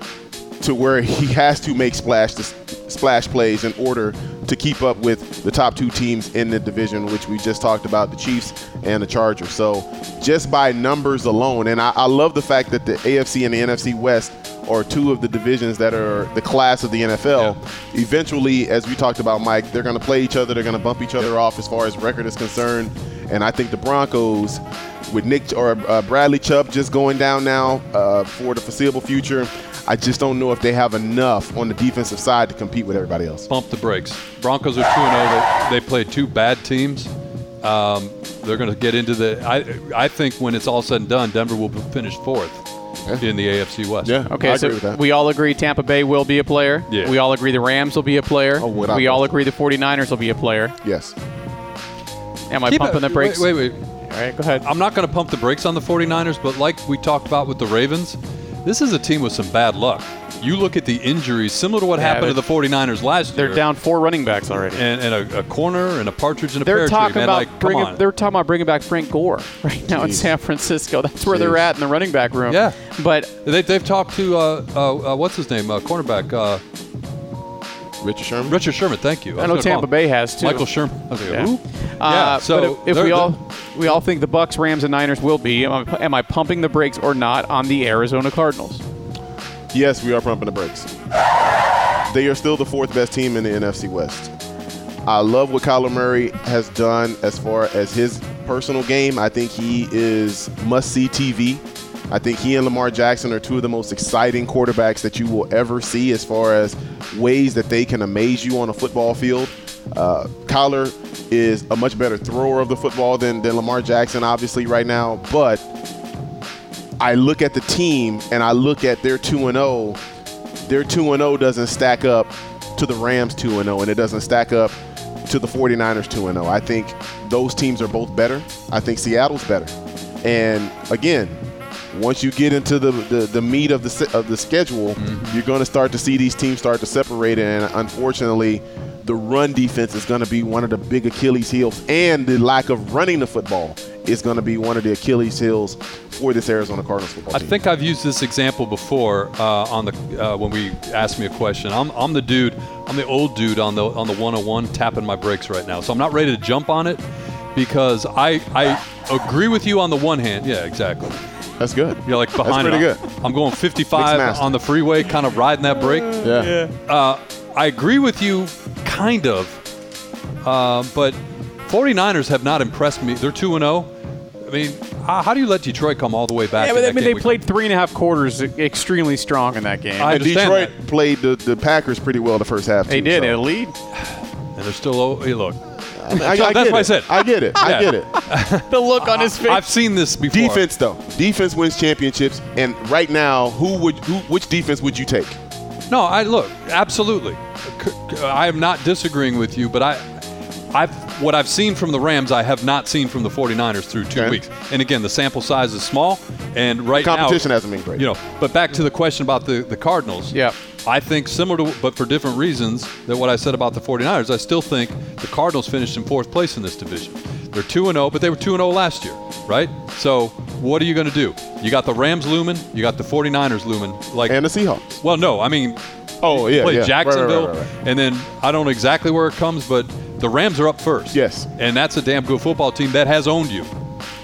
to where he has to make splash splash plays in order to keep up with the top two teams in the division, which we just talked about, the Chiefs and the Chargers. So just by numbers alone, and I, I love the fact that the AFC and the NFC West are two of the divisions that are the class of the NFL. Eventually, as we talked about, Mike, they're going to play each other. They're going to bump each other off as far as record is concerned. And I think the Broncos, with Nick or uh, Bradley Chubb just going down now uh, for the foreseeable future, I just don't know if they have enough on the defensive side to compete with everybody else.
bump the brakes. Broncos are 2 0. They, they play two bad teams. Um, they're going to get into the. I, I think when it's all said and done, Denver will finish fourth in the AFC West.
Okay,
I
so
agree with that.
we all agree Tampa Bay will be a player.
Yeah.
We all agree the Rams will be a player.
Oh, without
we all
question.
agree the 49ers will be a player.
yes.
Am I
Keep it-
pumping the brakes?
Wait, wait, wait.
All right, go ahead.
I'm not going to pump the brakes on the 49ers, but like we talked about with the Ravens, this is a team with some bad luck. You look at the injuries, similar to what
Yeah,
happened to
they're-
the 49ers last
They're
year.
down four running backs already.
And, and a, a corner and a partridge and a
They're
pear
talking
tree, man.
about
like, come
bringing.
on.
They're talking about bringing back Frank Gore right now in
Jeez.
San Francisco. That's where they're
Jeez.
at in the running back room.
Yeah.
but
They, they've talked to uh, uh, uh, what's his name, uh, cornerback uh,
Richard Sherman.
Richard Sherman. Thank you.
I
was
know
gonna
Tampa
call him
Bay has, too.
Michael Sherman. I was like,
Yeah.
who?
Uh,
yeah. So
but if, if
they're-
we all
they're-
we all think the Bucks, Rams, and Niners will be, am I, am I pumping the brakes or not on the Arizona Cardinals?
Yes, we are pumping the brakes. They are still the fourth best team in the NFC West. I love what Kyler Murray has done as far as his personal game. I think he is must see TV. I think he and Lamar Jackson are two of the most exciting quarterbacks that you will ever see as far as ways that they can amaze you on a football field. Uh, Kyler is a much better thrower of the football than, than Lamar Jackson, obviously, right now, but. I look at the team and I look at their 2 and 0, their 2 and 0 doesn't stack up to the Rams 2 and 0 and it doesn't stack up to the 49ers 2 and 0. I think those teams are both better. I think Seattle's better. And again, once you get into the, the, the meat of the se- of the schedule,
Mm-hmm.
you're going to start to see these teams start to separate and unfortunately the run defense is going to be one of the big Achilles heels, and the lack of running the football is going to be one of the Achilles heels for this Arizona Cardinals football
I
team.
think I've used this example before uh, on the uh, when we asked me a question. I'm, I'm the dude. I'm the old dude on the on the 101 tapping my brakes right now. So I'm not ready to jump on it because I I agree with you on the one hand. Yeah, exactly.
that's good.
You're like behind.
pretty
it.
good.
I'm going 55
master.
on the freeway, kind of riding that brake.
Yeah.
I agree with you, kind of. Uh, but 49ers have not impressed me. They're 2 and 0. I mean, how, how do you let Detroit come all the way back?
Yeah,
in
but I
that
mean,
game
they
week?
played three and a half quarters e-, extremely strong in that game.
I
And
understand
Detroit played the, the Packers pretty well the first half.
they
too,
did.
so-
They lead.
And they're still. o- Hey, look,
I, mean, I- I
That's
get
what I
it.
said.
I get it.
Yeah.
I get it.
The look on his face.
I've seen this before.
Defense though, defense wins championships, and right now, who would who, which defense would you take?
No, I look absolutely. C- c- I am not disagreeing with you, but I, I've what I've seen from the Rams, I have not seen from the 49ers through two
Okay.
weeks. And again, the sample size is small, and right
Competition
now,
hasn't been great.
You know, but back to the question about the the Cardinals.
Yeah.
I think similar to, but for different reasons than what I said about the 49ers. I still think the Cardinals finished in fourth place in this division. They're 2 and 0, but they were 2 and 0 last year, right? So, what are you going to do? You got the Rams looming, you got the 49ers looming. Like
and the Seahawks.
well, no, I mean,
Oh yeah,
play
yeah. Right, right, right,
Jacksonville,
right, right.
and then I don't know exactly where it comes, but the Rams are up first.
Yes.
and that's a damn good football team that has owned you,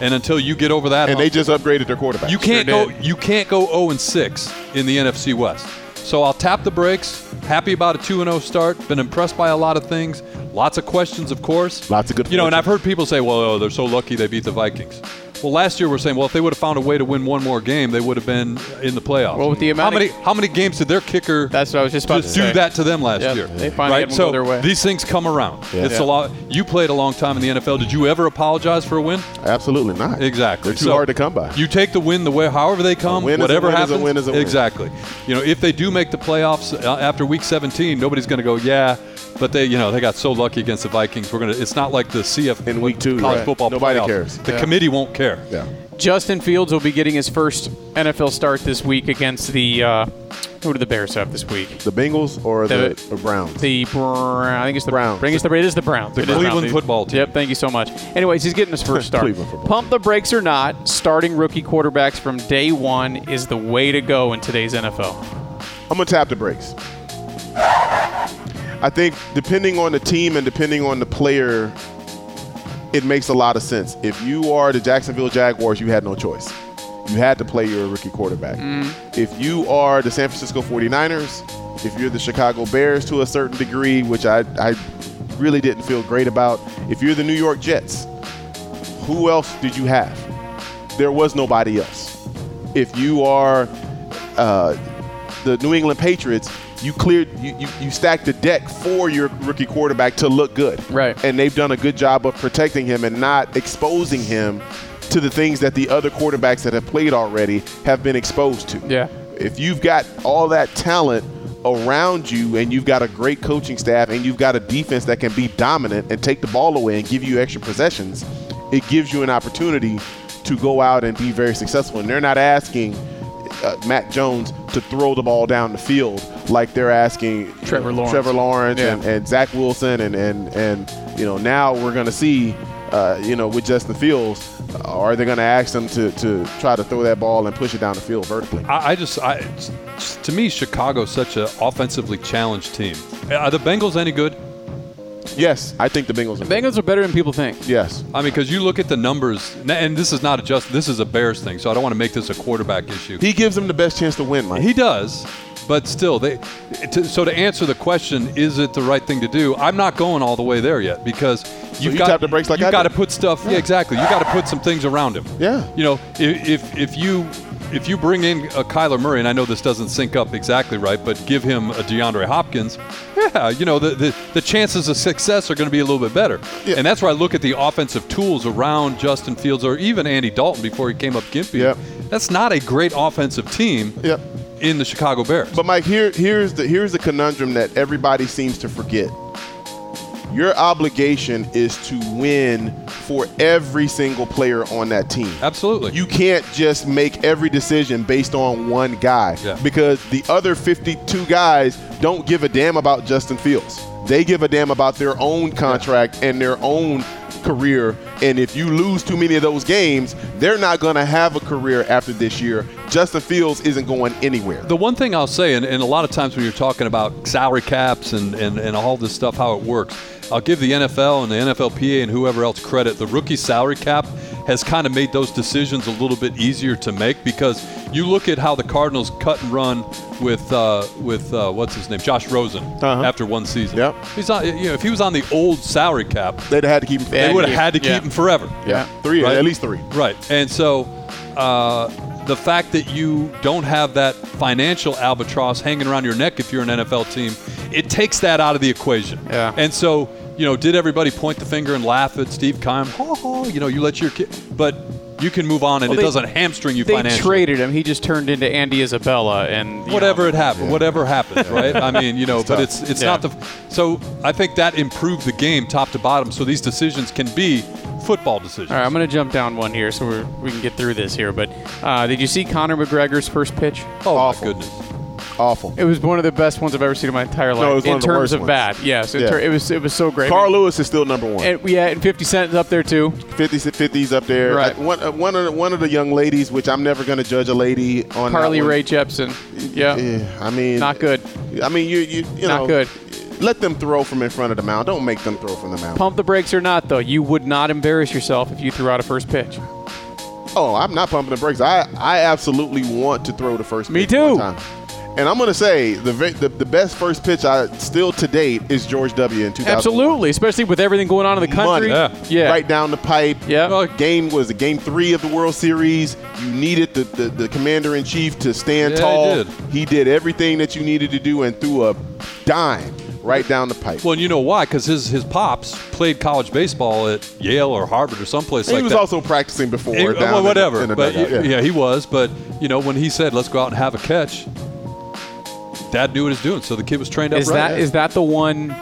and until you get over that,
And they just upgraded their quarterback.
you can't go you can't go 0 and 6 in the NFC West. So I'll tap the brakes. Happy about a 2 and 0 start. Been impressed by a lot of things. Lots of questions, of course.
Lots of good
You know, and
fortune.
I've heard people say, "Well, oh, they're so lucky they beat the Vikings." Well, last year we're saying, "Well, if they would have found a way to win one more game, they would have been in the playoffs."
Well, with the
how
amount of-
many how many games did their kicker
That's what I was just about
just
to
do
say.
that to them last
Yeah,
year.
they finally
right?
had them
so
go their way.
these things come around. It's
Yeah.
a lot. You played a long time in the NFL. Did you ever apologize for a win?
Absolutely not.
Exactly.
They're too
So,
hard to come by.
You take the win the way, however they come,
win is a
whatever
win is a
happens.
win is a win.
Exactly. You know, if they do make the playoffs uh, after Week 17, nobody's going to go, yeah, but they, you know, they got so lucky against the Vikings. We're gonna. It's not like the CF
In week two,
college
right.
football.
Nobody
playoffs.
cares.
The committee won't care.
yeah.
Justin Fields will be getting his first NFL start this week against the. Uh, who do the Bears have this week?
The Bengals or
The-
the, or Browns.
The Brown, I think it's the
Browns.
I think it's the, it is the Browns. The
Cleveland football team.
Yep. Thank you so much. Anyways, he's getting his first start.
Cleveland football
Pump the brakes or not, starting rookie quarterbacks from day one is the way to go in today's NFL.
I'm gonna tap the brakes. I think depending on the team and depending on the player, it makes a lot of sense. If you are the Jacksonville Jaguars, you had no choice. You had to play your rookie quarterback. If you are the San Francisco 49ers, if you're the Chicago Bears to a certain degree, which I, I really didn't feel great about, if you're the New York Jets, who else did you have? There was nobody else. If you are uh, the New England Patriots, you cleared, you, you, you stacked the deck for your rookie quarterback to look good.
Right.
And they've done a good job of protecting him and not exposing him to the things that the other quarterbacks that have played already have been exposed to.
Yeah.
If you've got all that talent around you and you've got a great coaching staff and you've got a defense that can be dominant and take the ball away and give you extra possessions, it gives you an opportunity to go out and be very successful. And they're not asking uh, Matt Jones to throw the ball down the field like they're asking
Trevor Lawrence.
Trevor Lawrence and,
Yeah.
and Zach Wilson and and and you know now we're gonna see. Uh, you know, with Justin Fields, uh, are they going to ask them to, to try to throw that ball and push it down the field vertically?
I, I just, I, it's- it's- to me, Chicago's such an offensively challenged team. Uh, Are the Bengals any good?
Yes, I think the Bengals. Are
The Bengals are better than people think.
Yes.
I mean, because you look at the numbers, n- and this is not a just, this is a Bears thing, so I don't want to make this a quarterback issue.
He gives them the best chance to win, Mike.
He does, but still, they. To, so to answer the question, is it the right thing to do? I'm not going all the way there yet because you've
you
got
tap the brakes like
you
I
got to
did.
put stuff. Yeah, exactly. You got to put some things around him.
Yeah.
You know, i- if if you if you bring in a Kyler Murray, and I know this doesn't sync up exactly right, but give him a DeAndre Hopkins, yeah, you know the the, the chances of success are going to be a little bit better.
Yeah.
And that's where I look at the offensive tools around Justin Fields or even Andy Dalton before he came up Gimpy.
Yep.
That's not a great offensive team
Yep.
in the Chicago Bears.
But Mike, here here's the here's the conundrum that everybody seems to forget. Your obligation is to win for every single player on that team.
Absolutely.
You can't just make every decision based on one guy
Yeah.
because the other 52 guys don't give a damn about Justin Fields. They give a damn about their own contract and their own career. And if you lose too many of those games, they're not going to have a career after this year. Justin Fields isn't going anywhere.
the one thing I'll say, and, and a lot of times when you're talking about salary caps and, and, and all this stuff, how it works, I'll give the NFL and the NFLPA and whoever else credit. The rookie salary cap has kind of made those decisions a little bit easier to make because you look at how the Cardinals cut and run with uh, with uh, what's his name, Josh Rosen,
Uh-huh.
after one season.
Yep.
He's on, you know, if he was on the old salary cap,
They'd have had to keep him.
they would have had to keep
Yeah.
him forever.
Yeah, three,
Right.
at least three.
Right. And so uh, the fact that you don't have that financial albatross hanging around your neck if you're an NFL team, it takes that out of the equation.
Yeah.
And so, you know, did everybody point the finger and laugh at Steve Kime? Ho, ho, you know, you let your kid. But you can move on and
Well,
it
they-
doesn't hamstring you
They
financially.
traded him. He just turned into Andy Isabella and you
Whatever
know,
it happened, whatever happens, right? I mean, you know, but
tough.
it's it's
Yeah.
not the. So I think that improved the game top to bottom. So these decisions can be football decisions.
All right, I'm going to jump down one here so we're, we can get through this here. But uh, did you see Conor McGregor's first pitch?
oh
Awful.
my goodness.
Awful.
It was one of the best ones I've ever seen in my entire life.
it was
in
one of the
terms
worst
of
ones.
bat, yes. in
Yeah.
ter- it was it was so great.
Carl Lewis is still number one.
And, yeah, and 50 Cent is up there too.
50, 50s up there.
Right.
Uh, one, uh, one, of the, one of the young ladies, which I'm never going to judge a lady on. that
Carly
one.
Rae Jepsen. Yeah.
Yeah, I mean,
Not good.
I mean, you, you, you
Not
know,
good.
Let them throw from in front of the mound. Don't make them throw from the mound.
Pump the brakes or not, though, you would not embarrass yourself if you threw out a first pitch.
Oh, I'm not pumping the brakes. I, I absolutely want to throw the first.
Me
pitch
too.
one time. And I'm going to say the, ve- the the best first pitch I still to date is George W. in 2000.
Absolutely, especially with everything going on in the
Money.
country.
Yeah.
Yeah.
Right down the pipe.
Yeah. Well,
Game was it game three of the World Series. You needed the, the, the commander in chief to stand
Yeah, he
tall.
did.
He did everything that you needed to do and threw a dime right down the pipe.
Well, and you know why? Because his his pops played college baseball at Yale or Harvard or someplace
he
like
was
that.
also practicing before.
He-
down
well,
in the-
whatever.
in the
but
dugout.
yeah. he was. But you know, when he said, "Let's go out and have a catch," Dad knew what he was doing, so the kid was trained up
Is
right.
that is that the one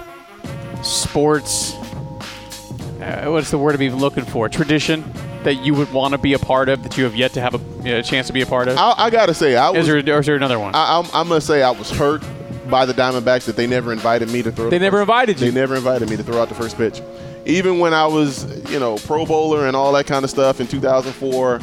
sports? Uh, what's the word I'm even looking for? Tradition that you would want to be a part of that you have yet to have a, you know, a chance to be a part of.
I, I gotta say, I
is
was.
there or is there another one?
I, I'm, I'm gonna say I was hurt by the Diamondbacks that they never invited me to throw.
they
the
never
first-
invited
They
you.
never invited me to throw out the first pitch. Even when I was, you know, Pro Bowler and all that kind of stuff in 2004,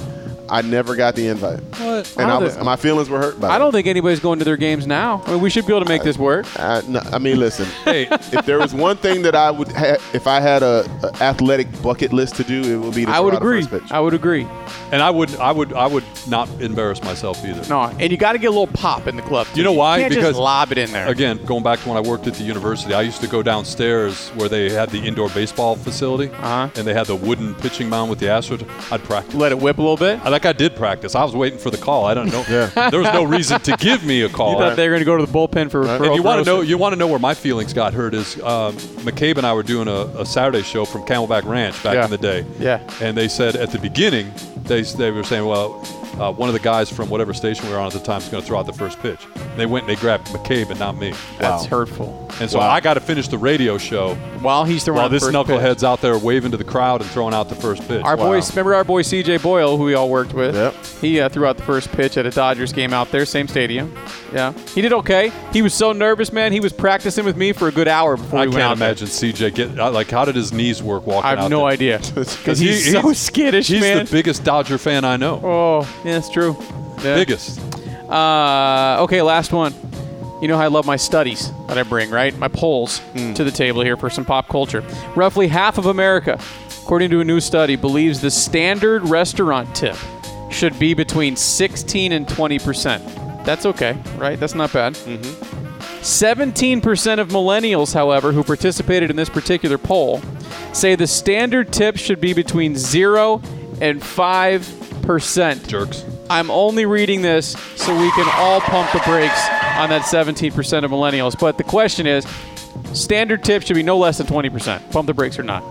I never got the invite.
What?
And
I
I
don't
was,
think-
my feelings were hurt by
I
it.
don't think anybody's going to their games now. I mean, we should be able to make this work.
I, no, I mean, listen.
Hey,
if there was one thing that I would, ha- if I had a, a athletic bucket list to do, it would be. To
I
throw
would
out a
agree.
first pitch.
I would agree.
and I would I would I would not embarrass myself either.
No, and you got to get a little pop in the club.
You know why?
You can't
Because-
just lob it in there.
Again, going back to when I worked at the university, I used to go downstairs where they had the indoor baseball facility,
Uh-huh.
and they had the wooden pitching mound with the Astros. I'd practice.
Let it whip a little bit.
I- Like I did practice. I was waiting for the call. I don't know. There was no reason to give me a call.
You thought they were going to go to the bullpen for. for
And Oh, you want
Ogrosa.
to know? You want to know where my feelings got hurt? Is um, McCabe and I were doing a, a Saturday show from Camelback Ranch back
Yeah.
in the day.
Yeah.
And they said at the beginning, they they were saying, well, uh, one of the guys from whatever station we were on at the time is going to throw out the first pitch. They went and they grabbed McCabe and not me.
That's hurtful.
And so I got to finish the radio show
While he's throwing
while
out
this
first
knucklehead's
pitch.
out there waving to the crowd and throwing out the first pitch.
Our boys, remember our boy CJ Boyle, who we all worked with.
Yep.
He uh, threw out the first pitch at a Dodgers game out there, same stadium. Yeah, he did okay. He was so nervous, man. He was practicing with me for a good hour before
I
we went
can't
out there.
imagine CJ get uh, like how did his knees work walking
I have
out
no
there?
idea because
'Cause
he's,
he-
so
he's-
skittish,
He's
man.
the biggest Dodger fan I know.
oh, yeah, that's true. Yeah.
Biggest.
Uh, okay, last one. You know how I love my studies that I bring, right? My polls to the table here for some pop culture. Roughly half of America, according to a new study, believes the standard restaurant tip should be between 16 and 20 percent. That's okay, right? That's not bad. 17% of millennials, however, who participated in this particular poll, say the standard tip should be between 0 and 5%.
Jerks.
I'm only reading this so we can all pump the brakes on that 17% of millennials. But the question is, standard tip should be no less than 20%. Pump the brakes or not?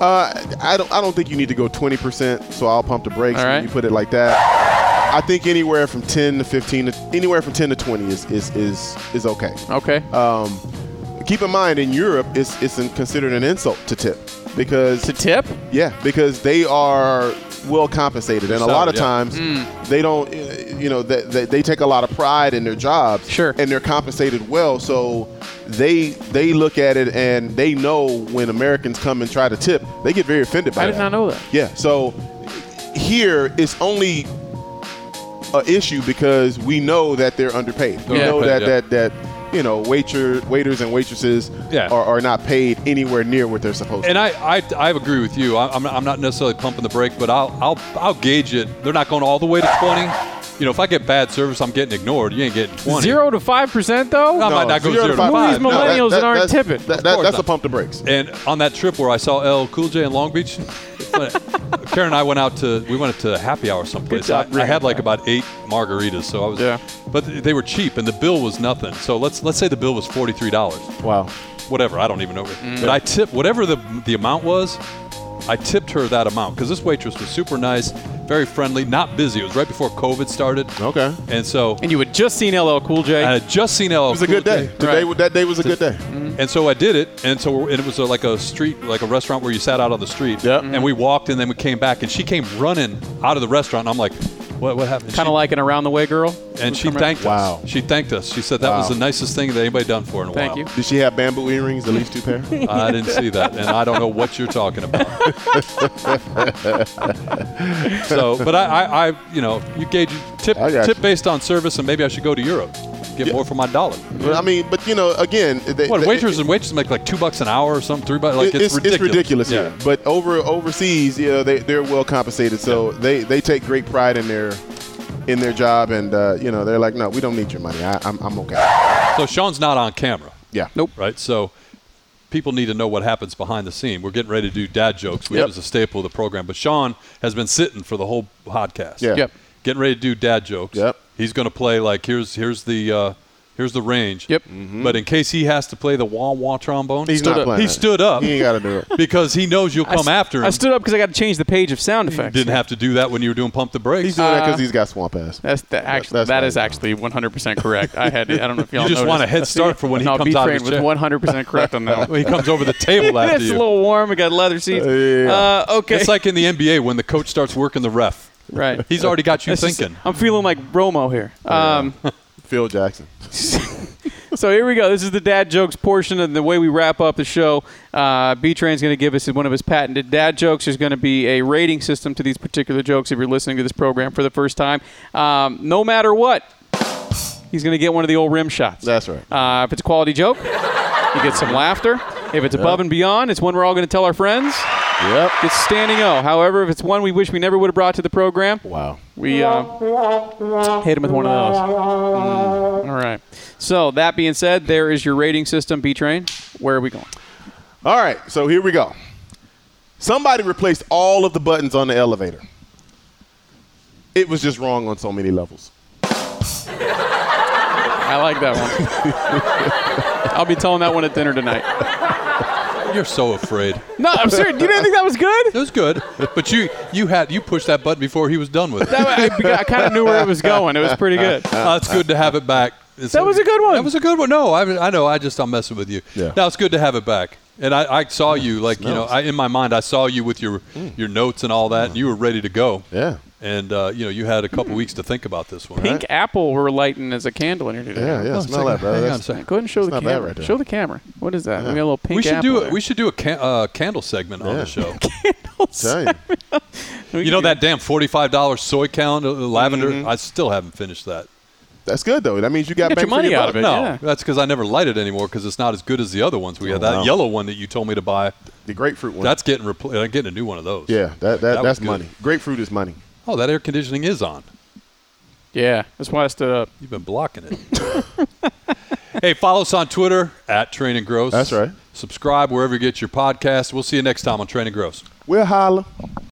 Uh, I don't. I don't think you need to go twenty percent. So I'll pump the brakes
All
when
right.
you put it like that. I think anywhere from ten to fifteen, to, anywhere from ten to twenty is is is is okay.
Okay.
Uh,
Um, keep in mind, in Europe, it's it's an- considered an insult to tip because
to tip?
yeah, because they are well compensated, and a lot of
Yeah.
times
Hmm.
they don't. uh, You know, they, they, they take a lot of pride in their jobs,
Sure.
and they're compensated well. So they they look at it and they know when Americans come and try to tip, they get very offended by
I
that.
did not know that.
Yeah. So here it's only a issue because we know that they're underpaid. We
Yeah.
know that,
Underpaid, yeah.
that that you know waiter waiters and waitresses
Yeah.
are, are not paid anywhere near what they're supposed to.
And I, I, I agree with you. I, I'm, I'm not necessarily pumping the brake, but I'll, I'll, I'll gauge it. They're not going all the way to 20. You know, if I get bad service, I'm getting ignored. You ain't getting 20.
Zero to 5%, though?
No, I might not go zero to five.
five.
Who are these millennials that aren't
that's-
tipping?
That,
Of
that-
course
that's a
not.
pump the brakes.
And on that trip where I saw L Cool J in Long Beach, Karen and I went out to we went to a happy hour someplace.
Good job
I, I
bringing
had like
that.
about eight margaritas, so I was.
Yeah.
But they were cheap, and the bill was nothing. So let's let's say the bill was forty three dollars,
Wow.
whatever. I don't even know.
Mm.
But I tipped whatever the the amount was. I tipped her that amount because this waitress was super nice, very friendly, not busy. It was right before COVID started.
Okay.
And so
And you had just seen LL Cool J.
I had just seen LL.
It was a good day. Today,
Right.
that day was a good day.
And so I did it, and so and it was a, like a street, like a restaurant where you sat out on the street.
Yep.
And we walked, and then we came back, and she came running out of the restaurant. And I'm like, "What? What happened?"
kind
She-
of like an around the way girl.
And she
Coming-
thanked
Wow.
us. She thanked us. She said that was
Wow.
the nicest thing that anybody done for her in a
Thank
while.
you.
Did she have bamboo earrings? At least two pair.
I didn't see that, and I don't know what you're talking about. so, but I, I, I, you know, you gauge tip
I got
tip
you.
based on service, and maybe I should go to Europe, get more for my dollar.
But, I mean, but you know, again, they,
What
they-
waiters and waitresses make like two bucks an hour or something, three bucks. Like
it- it's, it's ridiculous
Yeah.
here. But over overseas, you know, they they're well compensated, so they they take great pride in their in their job, and uh, you know, they're like, no, we don't need your money. I, I'm I'm okay.
So Sean's not on camera,
Yeah.
Nope.
right? So people need to know what happens behind the scene. We're getting ready to do dad jokes, which
Yep.
is a staple of the program. But Sean has been sitting for the whole podcast.
Yeah.
Yep.
Getting ready to do dad jokes.
Yep.
He's going to play like here's here's the uh, here's the range.
Yep.
Mm-hmm.
But in case he has to play the wah wah trombone,
He's
Stood
not
up.
playing.
he
that.
stood up
He ain't got to do it.
because he knows you'll
I
come
s-
after him.
I stood up because I got to change the page of sound effects.
Didn't have to do that when you were doing pump the brakes.
He's doing that because he's got swamp ass.
That's the, actually
that's
that
not
is
even-
actually 100% correct. I had I don't know if y'all
You just
noticed.
want a head start for when he
no,
comes out of his
B-Train
chair.
was 100% correct on that one.
when he comes over the table after
it's
you.
a little warm. We got leather seats.
Yeah.
Uh, okay.
It's like in the NBA when the coach starts working the ref.
right.
He's already got you
It's just-
thinking.
I'm feeling like Romo here. Um,
Phil Jackson.
so here we go. This is the dad jokes portion of the way we wrap up the show. Uh, B Train's going to give us one of his patented dad jokes. There's going to be a rating system to these particular jokes if you're listening to this program for the first time. Um, no matter what, he's going to get one of the old rim shots.
That's right.
Ah.
Uh, if it's a quality joke, you get some laughter. If it's above and beyond, it's one we're all going to tell our friends.
Yep.
It's standing O. However, if it's one we wish we never would have brought to the program,
Wow.
we uh, hit him with one of those. Mm, All right. So that being said, there is your rating system, B Train. Where are we going?
All right, so here we go. Somebody replaced all of the buttons on the elevator. It was just wrong on so many levels.
I like that one. I'll be telling that one at dinner tonight.
You're so afraid.
No, I'm serious. You didn't think that was good?
It was good, but you you had you pushed that button before he was done with it.
That way I, I kind of knew where it was going. It was pretty good.
Uh, it's good to have it back. It's-
That was a good one.
That was a good one. No, I, I know. I just I'm messing with you.
Yeah.
No, it's good to have it back. And I, I saw you like you know I, in my mind I saw you with your your notes and all that. And you were ready to go.
Mm. Yeah.
And uh, you know you had a couple weeks to think about this one.
Pink apple we're lighting as a candle in here today.
Yeah, yeah,
Oh,
smell
it's like-
that, brother.
hang on a
That's-
second.
Go ahead and show
It's
the
not bad
camera.
right there.
show the camera. What is that? We got a little pink
We should
apple
do
there.
it. We should do a ca- uh, candle segment on the show.
Tell you.
We
you know
could do-
that damn forty-five dollars soy count uh, lavender.
Mm-hmm.
I still haven't finished that.
That's good though. That means you got
Get
back
your
for
money
your
out of
buck.
it.
no,
yeah.
that's because I never light it anymore because it's not as good as the other ones we had. That
Oh, wow.
yellow one that you told me to buy.
The grapefruit one.
That's getting repl- uh, getting a new one of those.
yeah. That, that,
That was
that's
good.
money. Grapefruit is money.
Oh, that air conditioning is on.
Yeah, that's why I stood up.
You've been blocking it. hey, follow us on Twitter at Train and Gross.
That's right.
Subscribe wherever you get your podcast. We'll see you next time on Train and Gross.
We'll holler.